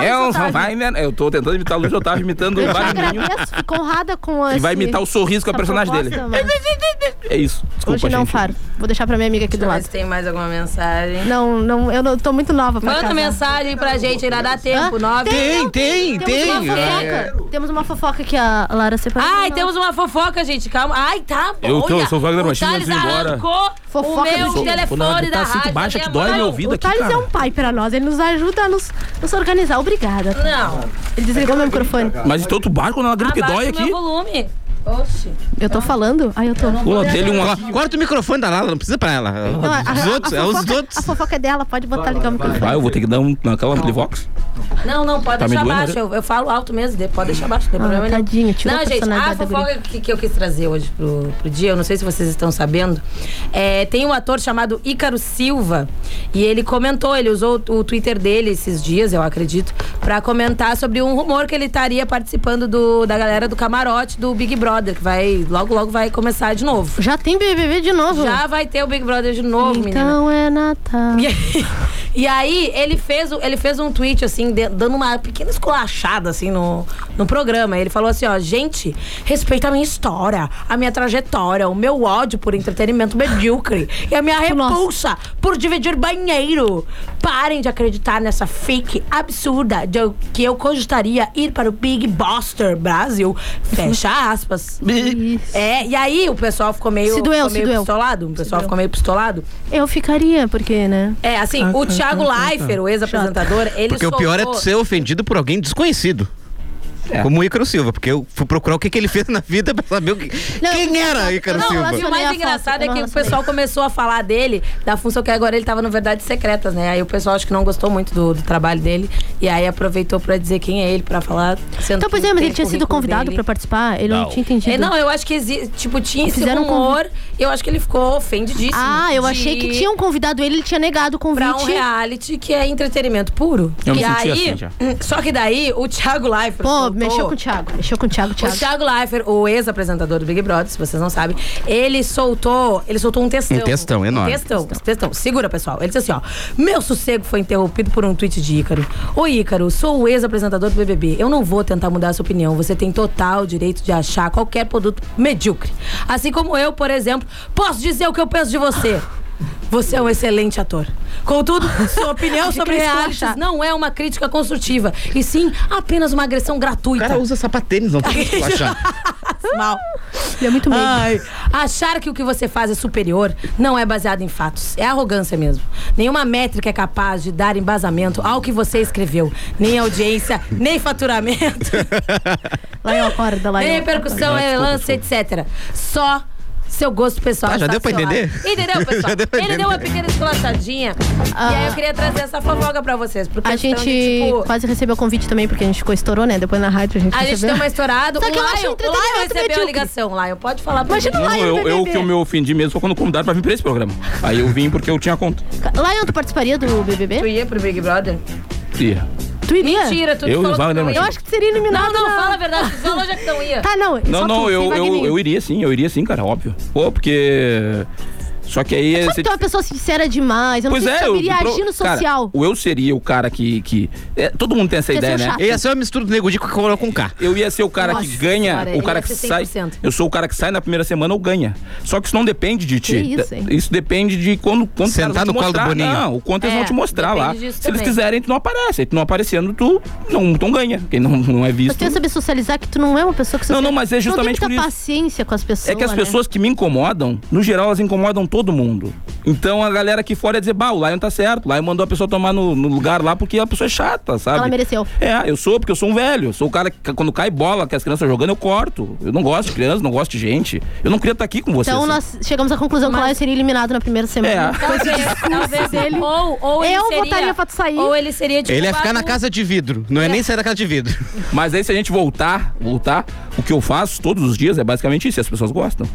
Speaker 2: Elson É Wagner. Eu tô tentando imitar a Luísa, eu tava imitando
Speaker 5: tá. Eu
Speaker 2: o
Speaker 5: te
Speaker 2: Wagninho.
Speaker 5: agradeço, fico honrada com a.
Speaker 2: E vai imitar o sorriso que é o personagem dele. É isso. Desculpa,
Speaker 5: Hoje não,
Speaker 2: gente.
Speaker 5: Faro. Vou deixar pra minha amiga aqui do lado.
Speaker 4: tem mais alguma mensagem.
Speaker 5: Não, não, eu não, tô muito nova pra
Speaker 4: Manda
Speaker 5: casar.
Speaker 4: mensagem pra gente, ainda dá tempo. Nove.
Speaker 5: Tem,
Speaker 13: tem,
Speaker 5: Temos uma
Speaker 2: É.
Speaker 5: fofoca. Temos uma fofoca que a Lara separou.
Speaker 4: Ai, temos uma fofoca, gente. Calma. Ai, tá bom.
Speaker 2: Eu tô-
Speaker 4: olha,
Speaker 2: sou o Wagner Martins,
Speaker 4: Thales
Speaker 2: vamos embora. tá
Speaker 4: arrancou
Speaker 5: Fofoca
Speaker 4: o meu
Speaker 5: do jogo.
Speaker 4: telefone da
Speaker 2: assim
Speaker 4: rádio. né? na minha mão.
Speaker 5: o Thales é um pai pra nós, ele nos ajuda a nos, nos organizar. Obrigada.
Speaker 4: Não.
Speaker 5: Ele desligou meu microfone.
Speaker 2: Mas então tu barco na grande que
Speaker 4: Abaixa
Speaker 2: dói
Speaker 4: o
Speaker 2: aqui.
Speaker 4: meu volume. Oxi.
Speaker 5: Eu tô falando? Ai, eu tô.
Speaker 13: Pula dele um lá. Corta o microfone da Lala, não precisa pra ela.
Speaker 5: Não, a, a-
Speaker 13: os
Speaker 5: a
Speaker 13: outros, é os
Speaker 5: fofoca-
Speaker 13: outros.
Speaker 5: A fofoca é dela, pode botar ligar o microfone.
Speaker 2: Vai, eu vou ter que dar um naquela Amplivox.
Speaker 4: Não, não, pode
Speaker 2: Tá me
Speaker 4: deixar
Speaker 2: doendo,
Speaker 4: baixo.
Speaker 2: né?
Speaker 4: Eu, eu falo alto mesmo, de- pode deixar baixo, não tem
Speaker 5: Ah,
Speaker 4: problema nenhum.
Speaker 5: tadinho, tirou
Speaker 4: Não,
Speaker 5: a
Speaker 4: gente, a
Speaker 5: personalidade da
Speaker 4: fofoca que, que eu quis trazer hoje pro, pro dia, eu não sei se vocês estão sabendo, é, tem um ator chamado Ícaro Silva e ele comentou, ele usou o, o Twitter dele esses dias, eu acredito, pra comentar sobre um rumor que ele estaria participando do, da galera do camarote do Big Brother, que vai, logo, logo vai começar de novo.
Speaker 5: Já tem BBB de novo?
Speaker 4: Já vai ter o Big Brother de novo, menina.
Speaker 5: Hum. Então
Speaker 13: [laughs]
Speaker 5: é Natal.
Speaker 4: E aí, e aí, ele, fez, o- ele fez um tweet, assim, de- dando uma pequena esculachada, assim, no, no programa. Ele falou assim, ó, gente, respeita a minha história, a minha trajetória, o meu ódio por entretenimento medíocre e a minha repulsa por dividir banheiro. Parem de acreditar nessa fake absurda de eu- que eu cogitaria ir para o Big Buster Brasil. Fecha aspas. é, e aí o pessoal ficou meio,
Speaker 5: Se doeu,
Speaker 4: ficou
Speaker 5: se
Speaker 4: meio
Speaker 5: doeu.
Speaker 4: pistolado. O pessoal ficou meio pistolado.
Speaker 5: Eu ficaria, porque, né?
Speaker 4: É, assim, o Thiago Leifert, o ex-apresentador, ele
Speaker 13: Porque o pior é tu
Speaker 4: soltou-
Speaker 13: ser ofendido por alguém desconhecido.
Speaker 6: É.
Speaker 13: Como o Ícaro Silva, porque eu fui procurar o que, que ele fez na vida pra saber o que- quem era Ícaro
Speaker 4: Não,
Speaker 13: Silva.
Speaker 4: e o mais engraçado é que o pessoal começou a falar dele, da função que agora ele tava no Verdades Secretas, né? Aí o pessoal acho que não gostou muito do, do trabalho dele. E aí aproveitou pra dizer quem é ele, pra falar. sendo
Speaker 5: Então, pois
Speaker 4: que
Speaker 5: é, mas
Speaker 4: tem
Speaker 5: ele tinha sido
Speaker 4: currículo
Speaker 5: convidado
Speaker 4: dele. É,
Speaker 5: pra participar, ele não,
Speaker 4: Não.
Speaker 5: tinha entendido.
Speaker 4: É, não, eu acho que exi- tipo, tinha esse
Speaker 5: Fizeram um
Speaker 4: rumor
Speaker 5: convite.
Speaker 4: e Eu acho que ele ficou ofendidíssimo.
Speaker 5: Ah, eu achei que tinham convidado ele, ele tinha negado o convite.
Speaker 4: Pra um reality que é entretenimento puro.
Speaker 5: Eu
Speaker 4: e
Speaker 5: me senti
Speaker 4: aí,
Speaker 5: assim já.
Speaker 4: Só que daí, o Thiago Leifert
Speaker 5: Pô, mexeu com o Thiago, mexeu com o Thiago, Thiago.
Speaker 4: O Thiago Leifert, o ex-apresentador do Big Brother, se vocês não sabem, ele soltou, ele soltou um textão.
Speaker 6: Um textão enorme.
Speaker 4: Um textão, textão. Segura, pessoal. Ele disse assim, ó. Meu sossego foi interrompido por um tweet de Ícaro. Ô Ícaro, sou o ex-apresentador do BBB. Eu não vou tentar mudar a sua opinião. Você tem total direito de achar qualquer produto medíocre. Assim como eu, por exemplo, posso dizer o que eu penso de você. Você é um excelente ator. Contudo, sua
Speaker 5: [laughs]
Speaker 4: opinião
Speaker 5: Acho
Speaker 4: sobre
Speaker 5: que ele
Speaker 4: realities
Speaker 5: acha.
Speaker 4: não é uma crítica construtiva, e sim apenas uma agressão gratuita. O cara
Speaker 6: usa sapatênis, não tem que achar.
Speaker 4: [laughs] Mal.
Speaker 5: Ele é muito meio.
Speaker 4: Ah. Achar que o que você faz é superior não é baseado em fatos. É arrogância mesmo. Nenhuma métrica é capaz de dar embasamento ao que você escreveu. Nem audiência, nem faturamento.
Speaker 5: [laughs] Laiol, acorda, Laiol.
Speaker 4: Nem repercussão,
Speaker 5: Acorda.
Speaker 4: é lance, etc. Só seu gosto pessoal.
Speaker 5: Tá, já deu pra
Speaker 4: estacionado.
Speaker 5: entender? [laughs]
Speaker 4: Entendeu, pessoal?
Speaker 5: Já deu pra
Speaker 4: Ele
Speaker 5: entender.
Speaker 4: deu uma pequena esculachadinha. E aí eu queria trazer essa fofoca pra vocês. Porque tipo,
Speaker 5: A gente quase recebeu o convite também, porque a gente ficou estourou, né? Depois na rádio a gente
Speaker 4: A gente
Speaker 5: recebeu.
Speaker 4: deu uma estourada.
Speaker 5: Só
Speaker 4: O
Speaker 5: que eu acho
Speaker 4: Lion, o
Speaker 5: entretenimento
Speaker 4: Lion recebeu a
Speaker 5: medíocre.
Speaker 4: ligação, Lion. Pode falar pra
Speaker 5: Imagina
Speaker 4: mim.
Speaker 5: Lá
Speaker 2: eu,
Speaker 5: no
Speaker 2: eu
Speaker 5: BBB.
Speaker 2: que eu me ofendi mesmo foi quando convidaram pra vir pra esse programa. Aí eu vim porque eu tinha conta.
Speaker 5: Lion, tu participaria do BBB? Tu
Speaker 4: ia pro Big Brother?
Speaker 2: Ia.
Speaker 5: Tu iria?
Speaker 4: Mentira, tu
Speaker 2: Eu e o
Speaker 4: falou que
Speaker 2: Wagner
Speaker 4: não ia.
Speaker 2: Martins. Eu
Speaker 5: acho que seria eliminado
Speaker 4: Não, não,
Speaker 5: na-
Speaker 4: fala a verdade. Tu falou já que não ia.
Speaker 5: Tá, não.
Speaker 2: Não, não, eu, eu, eu iria sim, eu iria sim, cara, óbvio. Pô, porque. Só que aí.
Speaker 5: Só que
Speaker 2: cê-
Speaker 5: tu é uma pessoa sincera demais. Eu não
Speaker 2: pois
Speaker 5: sei
Speaker 2: é,
Speaker 5: se
Speaker 2: eu.
Speaker 5: eu iria
Speaker 2: pro-
Speaker 5: agir no
Speaker 2: cara,
Speaker 5: social.
Speaker 2: ou eu seria o cara que. que é, todo mundo tem essa
Speaker 5: Ia ser
Speaker 2: ideia,
Speaker 5: o
Speaker 2: né?
Speaker 5: chato.
Speaker 6: é
Speaker 5: Ia
Speaker 2: ser uma mistura do nego de com com K. Eu ia ser o cara que
Speaker 5: Nossa
Speaker 2: ganha,
Speaker 5: senhora,
Speaker 2: o cara
Speaker 5: ia
Speaker 2: que
Speaker 5: ser
Speaker 2: sai.
Speaker 5: 100%.
Speaker 2: Eu sou o cara que sai na primeira semana ou ganha. Só que isso não depende de ti.
Speaker 5: Que isso,
Speaker 2: Da-
Speaker 5: hein?
Speaker 2: depende de quando, quando os caras
Speaker 6: Sentar
Speaker 2: vão
Speaker 6: no
Speaker 2: te
Speaker 6: colo do
Speaker 2: mostrar.
Speaker 6: Boninho.
Speaker 2: Não, o quanto eles
Speaker 6: É,
Speaker 2: vão te mostrar lá.
Speaker 5: depende disso
Speaker 2: Se eles
Speaker 5: também.
Speaker 2: quiserem, tu não aparece. Aí Tu não aparecendo, tu não, não ganha. Quem não, não é
Speaker 5: Mas
Speaker 2: visto.
Speaker 5: tu ia saber socializar que tu não é uma pessoa que
Speaker 2: Não,
Speaker 5: socializa.
Speaker 2: não, mas é justamente
Speaker 5: não tem muita
Speaker 2: por
Speaker 5: paciência com as pessoas.
Speaker 2: É que as
Speaker 5: né?
Speaker 2: pessoas que me incomodam, no geral, elas incomodam todo mundo. Então a galera aqui fora ia dizer, bah, o Lion tá certo. O Lion mandou a pessoa tomar no, no lugar lá porque a pessoa é chata, sabe?
Speaker 5: Ela mereceu.
Speaker 2: É, eu sou, porque eu sou um velho. Eu Sou o cara que ca- quando cai bola, que as crianças jogando, eu corto. Eu não gosto de crianças, não gosto de gente. Eu não queria estar aqui com você.
Speaker 5: Então
Speaker 2: assim.
Speaker 5: nós chegamos à conclusão que o Lion seria eliminado na primeira semana.
Speaker 2: É.
Speaker 5: Com esse discurso dele.
Speaker 4: Ou, ou ele
Speaker 5: eu
Speaker 4: seria-
Speaker 5: votaria pra tu sair.
Speaker 4: Ou ele seria tipo, um de
Speaker 6: Ele ia ficar na casa de vidro, não é, nem sair da casa de vidro.
Speaker 2: Mas aí se a gente voltar, voltar, o que eu faço todos os dias é basicamente isso, e as pessoas gostam.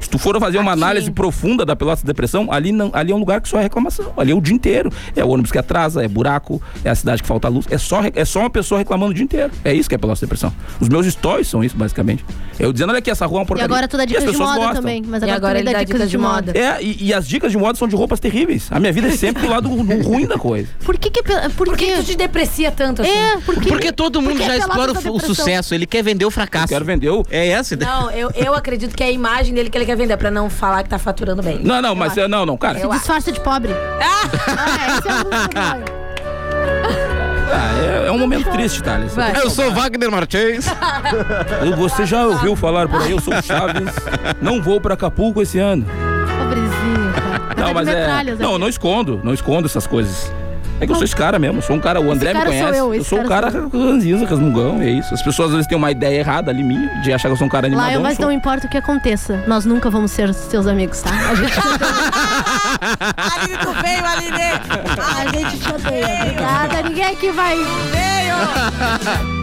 Speaker 2: Se tu for fazer uma análise profunda da pelota de depressão, ali, não, ali é um lugar que só é reclamação. Ali é o dia inteiro. É o ônibus que atrasa, é buraco, é a cidade que falta luz. É só, re- é só uma pessoa reclamando o dia inteiro. É isso que é pelota de depressão. Os meus stories são isso, basicamente. Eu dizendo, olha aqui, essa rua é uma
Speaker 5: E
Speaker 2: porcaria.
Speaker 5: agora tu dá
Speaker 2: as
Speaker 5: dicas de
Speaker 2: pessoas
Speaker 5: moda
Speaker 2: gostam.
Speaker 5: também. Mas
Speaker 4: E
Speaker 5: agora,
Speaker 4: agora
Speaker 5: tu também
Speaker 4: ele
Speaker 5: dá
Speaker 4: dá
Speaker 5: dicas de moda.
Speaker 2: É, e, e as dicas de moda são de roupas terríveis. A minha vida é sempre do lado ru- ruim da coisa.
Speaker 5: Por que que... Por, que
Speaker 4: tu te deprecia tanto assim?
Speaker 5: É, por que...
Speaker 6: Porque todo mundo
Speaker 5: Porque é
Speaker 6: já explora
Speaker 5: pelota da
Speaker 6: o, o
Speaker 5: depressão.
Speaker 6: sucesso, ele quer vender o fracasso. quero
Speaker 2: vender o...
Speaker 6: É essa a ideia.
Speaker 4: Não, eu, eu acredito que é a imagem dele que ele quer vender, pra não falar que tá faturando bem.
Speaker 2: Não, não, mas é- não, não, cara.
Speaker 5: Se disfarça de pobre. É,
Speaker 2: [laughs] Ah, é, é um momento triste, Thales.
Speaker 5: Vai.
Speaker 2: Eu sou
Speaker 4: [laughs]
Speaker 6: Wagner Martins.
Speaker 2: Você já ouviu falar por aí, eu sou o Chaves. Não vou pra Acapulco esse ano.
Speaker 5: Pobrezinho, cara.
Speaker 2: Não, mas é. Não, eu não escondo, não escondo essas coisas. É que eu sou esse cara mesmo, eu sou um cara, o André me
Speaker 5: cara sou
Speaker 2: conhece.
Speaker 5: eu,
Speaker 2: Eu,
Speaker 5: esse
Speaker 2: sou um
Speaker 5: cara
Speaker 2: cara
Speaker 5: sou eu.
Speaker 2: ranzinza, casmungão, é isso. As pessoas às vezes têm uma ideia errada ali minha, de achar que eu sou um cara animadão.
Speaker 5: Lion,
Speaker 2: eu
Speaker 5: mas
Speaker 2: sou.
Speaker 5: não importa o que aconteça, nós nunca vamos ser seus amigos, tá? A gente te
Speaker 4: Aline, tu veio, Aline!
Speaker 2: [laughs]
Speaker 5: Ah, A gente te odeia. Obrigada, ninguém aqui vai. Veio!
Speaker 2: É, dá pra ver.
Speaker 5: um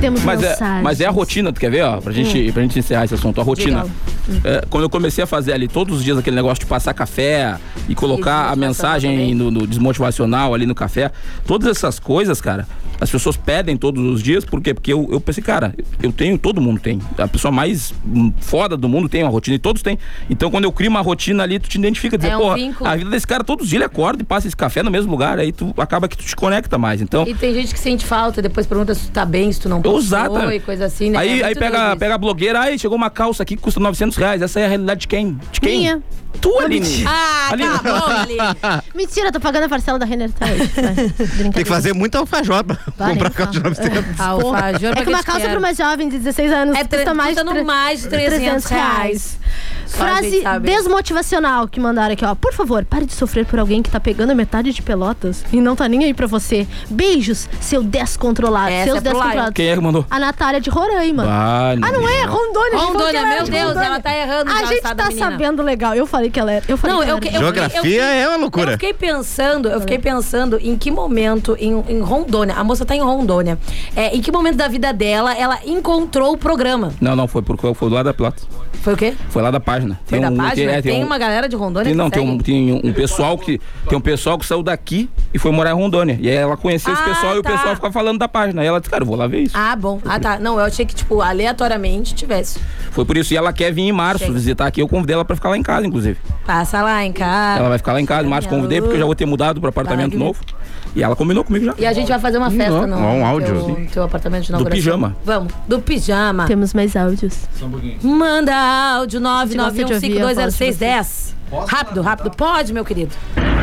Speaker 5: Temos
Speaker 2: Mas é,
Speaker 5: mensagem.
Speaker 2: mas é a rotina, tu quer ver, ó? Pra
Speaker 4: É.
Speaker 2: gente, pra gente encerrar esse assunto. A rotina.
Speaker 5: Diga.
Speaker 4: Uhum.
Speaker 2: É, quando eu comecei a fazer ali todos os dias aquele negócio de passar café e colocar a mensagem no, no desmotivacional ali no café, todas essas coisas, cara, as pessoas pedem todos os dias, por quê? Porque eu, eu pensei, cara, eu tenho, todo mundo tem. A pessoa mais hum, foda do mundo tem uma rotina e todos têm. Então quando eu crio uma rotina ali, tu te identifica, dizer,
Speaker 4: É um
Speaker 2: porra,
Speaker 4: vínculo.
Speaker 2: a vida desse cara, todos os dias ele acorda e passa esse café no mesmo lugar, aí tu acaba que tu te conecta mais. Então.
Speaker 4: E tem gente que sente falta, depois pergunta se tu tá bem, se tu não postou
Speaker 2: Exata.
Speaker 4: e coisa assim, né?
Speaker 2: Aí,
Speaker 4: É
Speaker 2: aí
Speaker 4: muito
Speaker 2: pega,
Speaker 4: doido
Speaker 2: pega a blogueira, aí chegou uma calça aqui que custa 900 reais. Essa é a realidade de quem? De quem?
Speaker 5: Minha.
Speaker 2: Tu,
Speaker 5: Ah,
Speaker 2: Aline.
Speaker 5: mentira. Ah, acabou,
Speaker 2: [laughs]
Speaker 5: Mentira, tô pagando a parcela da Renner tá hoje. Tem
Speaker 6: que fazer muita alfajor pra comprar calça de 900.
Speaker 4: isso. Alfajor,
Speaker 5: É
Speaker 4: pra
Speaker 5: que uma calça
Speaker 4: quero.
Speaker 5: pra uma jovem de 16 anos
Speaker 4: É tre-
Speaker 5: custa mais de,
Speaker 4: custando
Speaker 5: tre-
Speaker 4: mais de 300 reais. Só a
Speaker 5: Frase
Speaker 4: gente sabe.
Speaker 5: desmotivacional que mandaram aqui, ó. Por favor, pare de sofrer por alguém que tá pegando a metade de pelotas e não tá nem aí pra você. Beijos, seu descontrolado.
Speaker 4: Essa
Speaker 5: seus
Speaker 4: é pro Lion.
Speaker 5: descontrolados.
Speaker 2: Quem é que mandou?
Speaker 5: A Natália de Roraima.
Speaker 2: Ah,
Speaker 5: ah, não é? Rondônia. a gente falou que
Speaker 4: Rondônia,
Speaker 5: ela era
Speaker 4: um meu
Speaker 5: de
Speaker 4: Deus,
Speaker 5: Rondônia.
Speaker 4: ela tá errando já,
Speaker 5: A gente
Speaker 4: essa
Speaker 5: tá
Speaker 4: da menina.
Speaker 5: sabendo legal. Eu falei que ela era. Eu falei
Speaker 4: Não,
Speaker 5: que ela é
Speaker 4: eu,
Speaker 5: era.
Speaker 4: eu, eu-
Speaker 6: é
Speaker 4: eu- eu- eu fiquei pensando, eu fiquei pensando em que momento, em, em Rondônia, a moça moça tá em Rondônia. É, em que momento da vida dela ela encontrou o programa?
Speaker 2: Não, não, foi, por, foi do lado da Pilatos.
Speaker 4: Foi o quê?
Speaker 2: Foi lá da página.
Speaker 4: Foi da página?
Speaker 2: é,
Speaker 4: tem uma galera de Rondônia
Speaker 2: tem,
Speaker 4: que
Speaker 2: não, tem um,
Speaker 4: segue?
Speaker 2: tem um- um pessoal que. Tem um pessoal que saiu daqui e foi morar em Rondônia. E aí ela conheceu esse
Speaker 4: Ah,
Speaker 2: pessoal e o
Speaker 4: tá.
Speaker 2: pessoal ficava falando da página. Aí ela disse, cara, eu vou lá ver isso.
Speaker 4: Ah, bom. Ah, tá. Não, eu achei que, tipo, aleatoriamente tivesse.
Speaker 2: Foi por isso. E ela quer vir em março visitar aqui. Eu convidei ela pra ficar lá em casa, inclusive.
Speaker 4: Passa lá em casa.
Speaker 2: Ela vai ficar lá em casa, em março
Speaker 4: minha
Speaker 2: convidei, porque eu já vou ter mudado para apartamento
Speaker 4: Ah. Maravilha.
Speaker 2: novo. E ela combinou comigo já.
Speaker 4: E a gente vai fazer uma festa no,
Speaker 2: ó, um áudio.
Speaker 4: no teu, teu apartamento de
Speaker 2: Do
Speaker 4: inauguração.
Speaker 2: pijama.
Speaker 4: Vamos, do pijama.
Speaker 5: Temos mais áudios.
Speaker 4: Só um pouquinho. Manda áudio
Speaker 5: Se gosta de ouvir a voz de
Speaker 4: 991520610. Rápido, rápido. Pode, meu querido.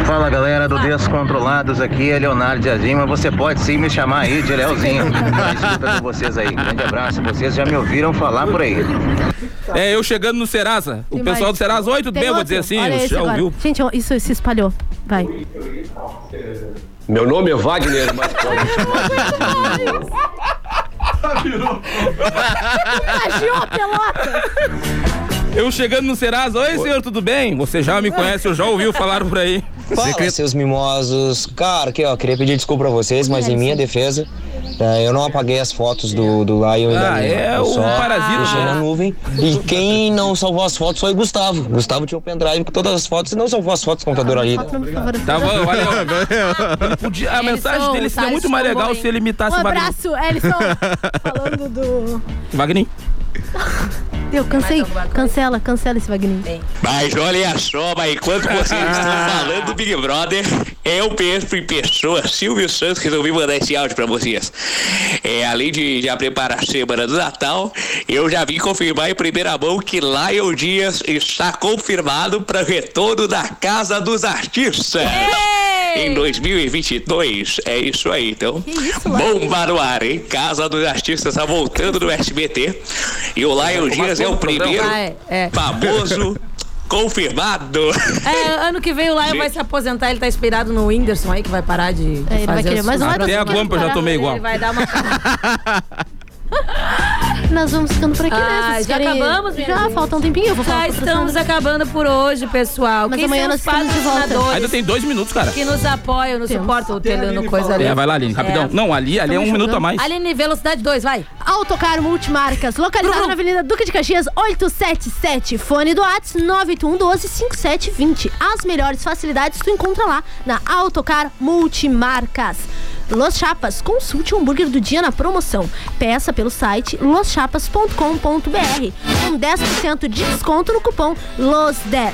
Speaker 21: Fala galera do Descontrolados, aqui é Leonardo de Azima. Você pode sim me chamar aí de
Speaker 4: [laughs]
Speaker 21: Leozinho. Na escuta com vocês aí. Grande abraço, vocês já me ouviram falar por aí.
Speaker 2: É, eu chegando no Serasa. O
Speaker 5: Tá. Tem
Speaker 2: pessoal
Speaker 5: mais.
Speaker 2: do Serasa, oi, tudo
Speaker 5: Tem
Speaker 2: bem? Eu vou
Speaker 5: outro.
Speaker 2: dizer assim,
Speaker 5: Olha esse
Speaker 2: já
Speaker 5: agora.
Speaker 2: ouviu?
Speaker 5: Gente, ó, isso se espalhou. Vai.
Speaker 22: Meu nome é Wagner, mas
Speaker 5: [laughs]
Speaker 22: pode me chamar de
Speaker 5: Plagiou, pelota!
Speaker 2: Eu chegando no Serasa, oi senhor, tudo bem? Você já me conhece, eu já ouviu falar por aí.
Speaker 23: Fala, seus mimosos. Cara, aqui, ó, queria pedir desculpa pra vocês, mas em minha defesa, tá, eu não apaguei as fotos do, do Lion e da
Speaker 2: Ah,
Speaker 23: Nina.
Speaker 2: é
Speaker 23: Eu
Speaker 2: o parasita,
Speaker 23: deixei
Speaker 2: né?
Speaker 23: na nuvem. E quem não salvou as fotos foi o Gustavo. Gustavo tinha um pendrive com todas as fotos e não salvou as fotos do computador ali.
Speaker 2: Tava, olha, ele podia- a mensagem
Speaker 5: Elisson,
Speaker 2: dele seria
Speaker 5: Salles
Speaker 2: muito mais
Speaker 5: tombou,
Speaker 2: legal
Speaker 5: tá hein?
Speaker 2: se ele imitasse
Speaker 5: Um
Speaker 2: o Wagner.
Speaker 5: abraço, Elison.
Speaker 2: [laughs]
Speaker 5: Falando do...
Speaker 2: Wagner.
Speaker 5: Eu cansei. Cancela, cancela esse Vagninho.
Speaker 24: Mas olha só, mas enquanto vocês estão falando do Big Brother, eu penso em pessoa, Silvio Santos, resolvi mandar esse áudio pra vocês. É, além de já preparar a semana do Natal, eu já vim confirmar em primeira mão que Lion Dias está confirmado para retorno da Casa dos Artistas. Em 2022, é isso aí, então. Bomba no ar, hein? Casa dos Artistas está voltando no SBT. E o Lion Dias é o primeiro
Speaker 4: Vai, é.
Speaker 24: famoso confirmado.
Speaker 4: É, ano que vem o Laio
Speaker 24: Gente.
Speaker 4: vai se aposentar, ele tá inspirado no Whindersson aí, que vai parar de. de
Speaker 5: É, ele vai
Speaker 4: fazer
Speaker 5: querer
Speaker 4: os-
Speaker 5: mais uma
Speaker 2: Até a Globo eu já tomei igual.
Speaker 4: Ele vai dar uma. [laughs]
Speaker 5: Nós vamos ficando por aqui, né?
Speaker 4: Ah,
Speaker 5: Vocês
Speaker 4: já
Speaker 5: querem-
Speaker 4: acabamos, minha
Speaker 5: Já,
Speaker 4: gente.
Speaker 5: falta um tempinho. Eu vou falar
Speaker 4: Já
Speaker 5: com a
Speaker 4: Tá, estamos
Speaker 5: produção.
Speaker 4: acabando por hoje, pessoal.
Speaker 5: Mas
Speaker 4: Quem
Speaker 5: amanhã
Speaker 4: são
Speaker 5: nós
Speaker 4: os
Speaker 5: ficamos de volta.
Speaker 4: patrocinadores
Speaker 2: Ainda tem dois minutos, cara.
Speaker 4: que nos apoiam, nos suportam, o Teleno Coisa ali.
Speaker 2: É, vai lá, Aline, rapidão. Não, ali, ali é um minuto a mais.
Speaker 4: Aline, velocidade 2, vai.
Speaker 5: Autocar Multimarcas, localizado na Avenida Duque de Caxias, 877. Fone do Whats 981 12 5720. As melhores facilidades tu encontra lá na Autocar Multimarcas. Los Chapas, consulte o hambúrguer do dia na promoção. Peça pelo site loschapas.com.br com 10% de desconto no cupom LOS10.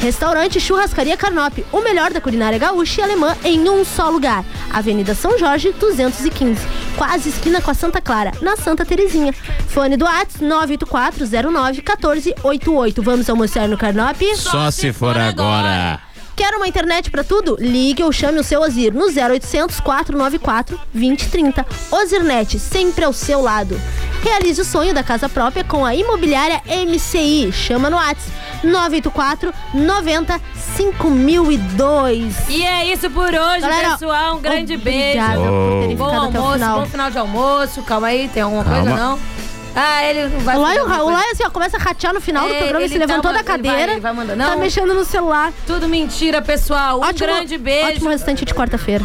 Speaker 5: Restaurante Churrascaria Carnop, o melhor da culinária gaúcha e alemã em um só lugar. Avenida São Jorge, 215, quase esquina com a Santa Clara, na Santa Terezinha. Fone do Whats 984091488. Vamos almoçar no Carnop?
Speaker 18: Só se for agora.
Speaker 5: Quer uma internet pra tudo? Ligue ou chame o seu Ozir no 0800 494 2030. Ozirnet, sempre ao seu lado. Realize o sonho da casa própria com a imobiliária MCI. Chama no Whats 984 90 5002.
Speaker 4: E é isso por hoje,
Speaker 5: Galera,
Speaker 4: pessoal. Um grande beijo.
Speaker 5: obrigada
Speaker 18: por terem
Speaker 4: bom
Speaker 5: ficado
Speaker 4: almoço,
Speaker 5: até o final.
Speaker 4: bom final de almoço. Calma aí, tem alguma coisa
Speaker 5: Calma.
Speaker 4: não? Ah, ele não vai.
Speaker 5: O
Speaker 4: fazer
Speaker 5: Lion,
Speaker 4: alguma
Speaker 5: o
Speaker 4: coisa.
Speaker 5: Lion assim, ó, começa a ratear no final do
Speaker 4: É,
Speaker 5: programa, ele se
Speaker 4: ele tá
Speaker 5: levantou da
Speaker 4: mandando- ele vai-
Speaker 5: cadeira,
Speaker 4: ele vai mandando-
Speaker 5: tá
Speaker 4: não.
Speaker 5: mexendo no celular.
Speaker 4: Tudo mentira, pessoal. Um grande beijo.
Speaker 5: Ótimo restante de quarta-feira.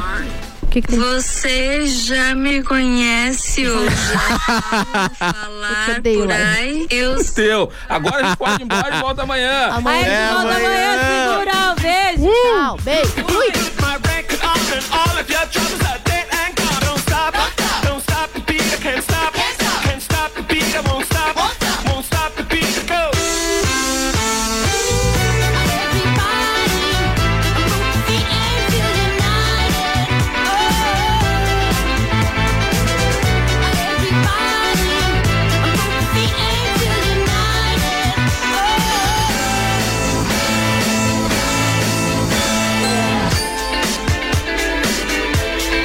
Speaker 5: O que que tem?
Speaker 25: Você já me conhece
Speaker 5: [laughs]
Speaker 25: hoje. falar por aí. Eu
Speaker 2: Teu. Agora a gente pode ir embora e volta amanhã.
Speaker 4: Amanhã. Aí, É, volta amanhã. amanhã, segura o beijo.
Speaker 5: Uh! Tchau, beijo. Fui.
Speaker 16: My record up and all of your troubles are dead and gone. Don't stop, don't stop the beat, I can't stop. Oh.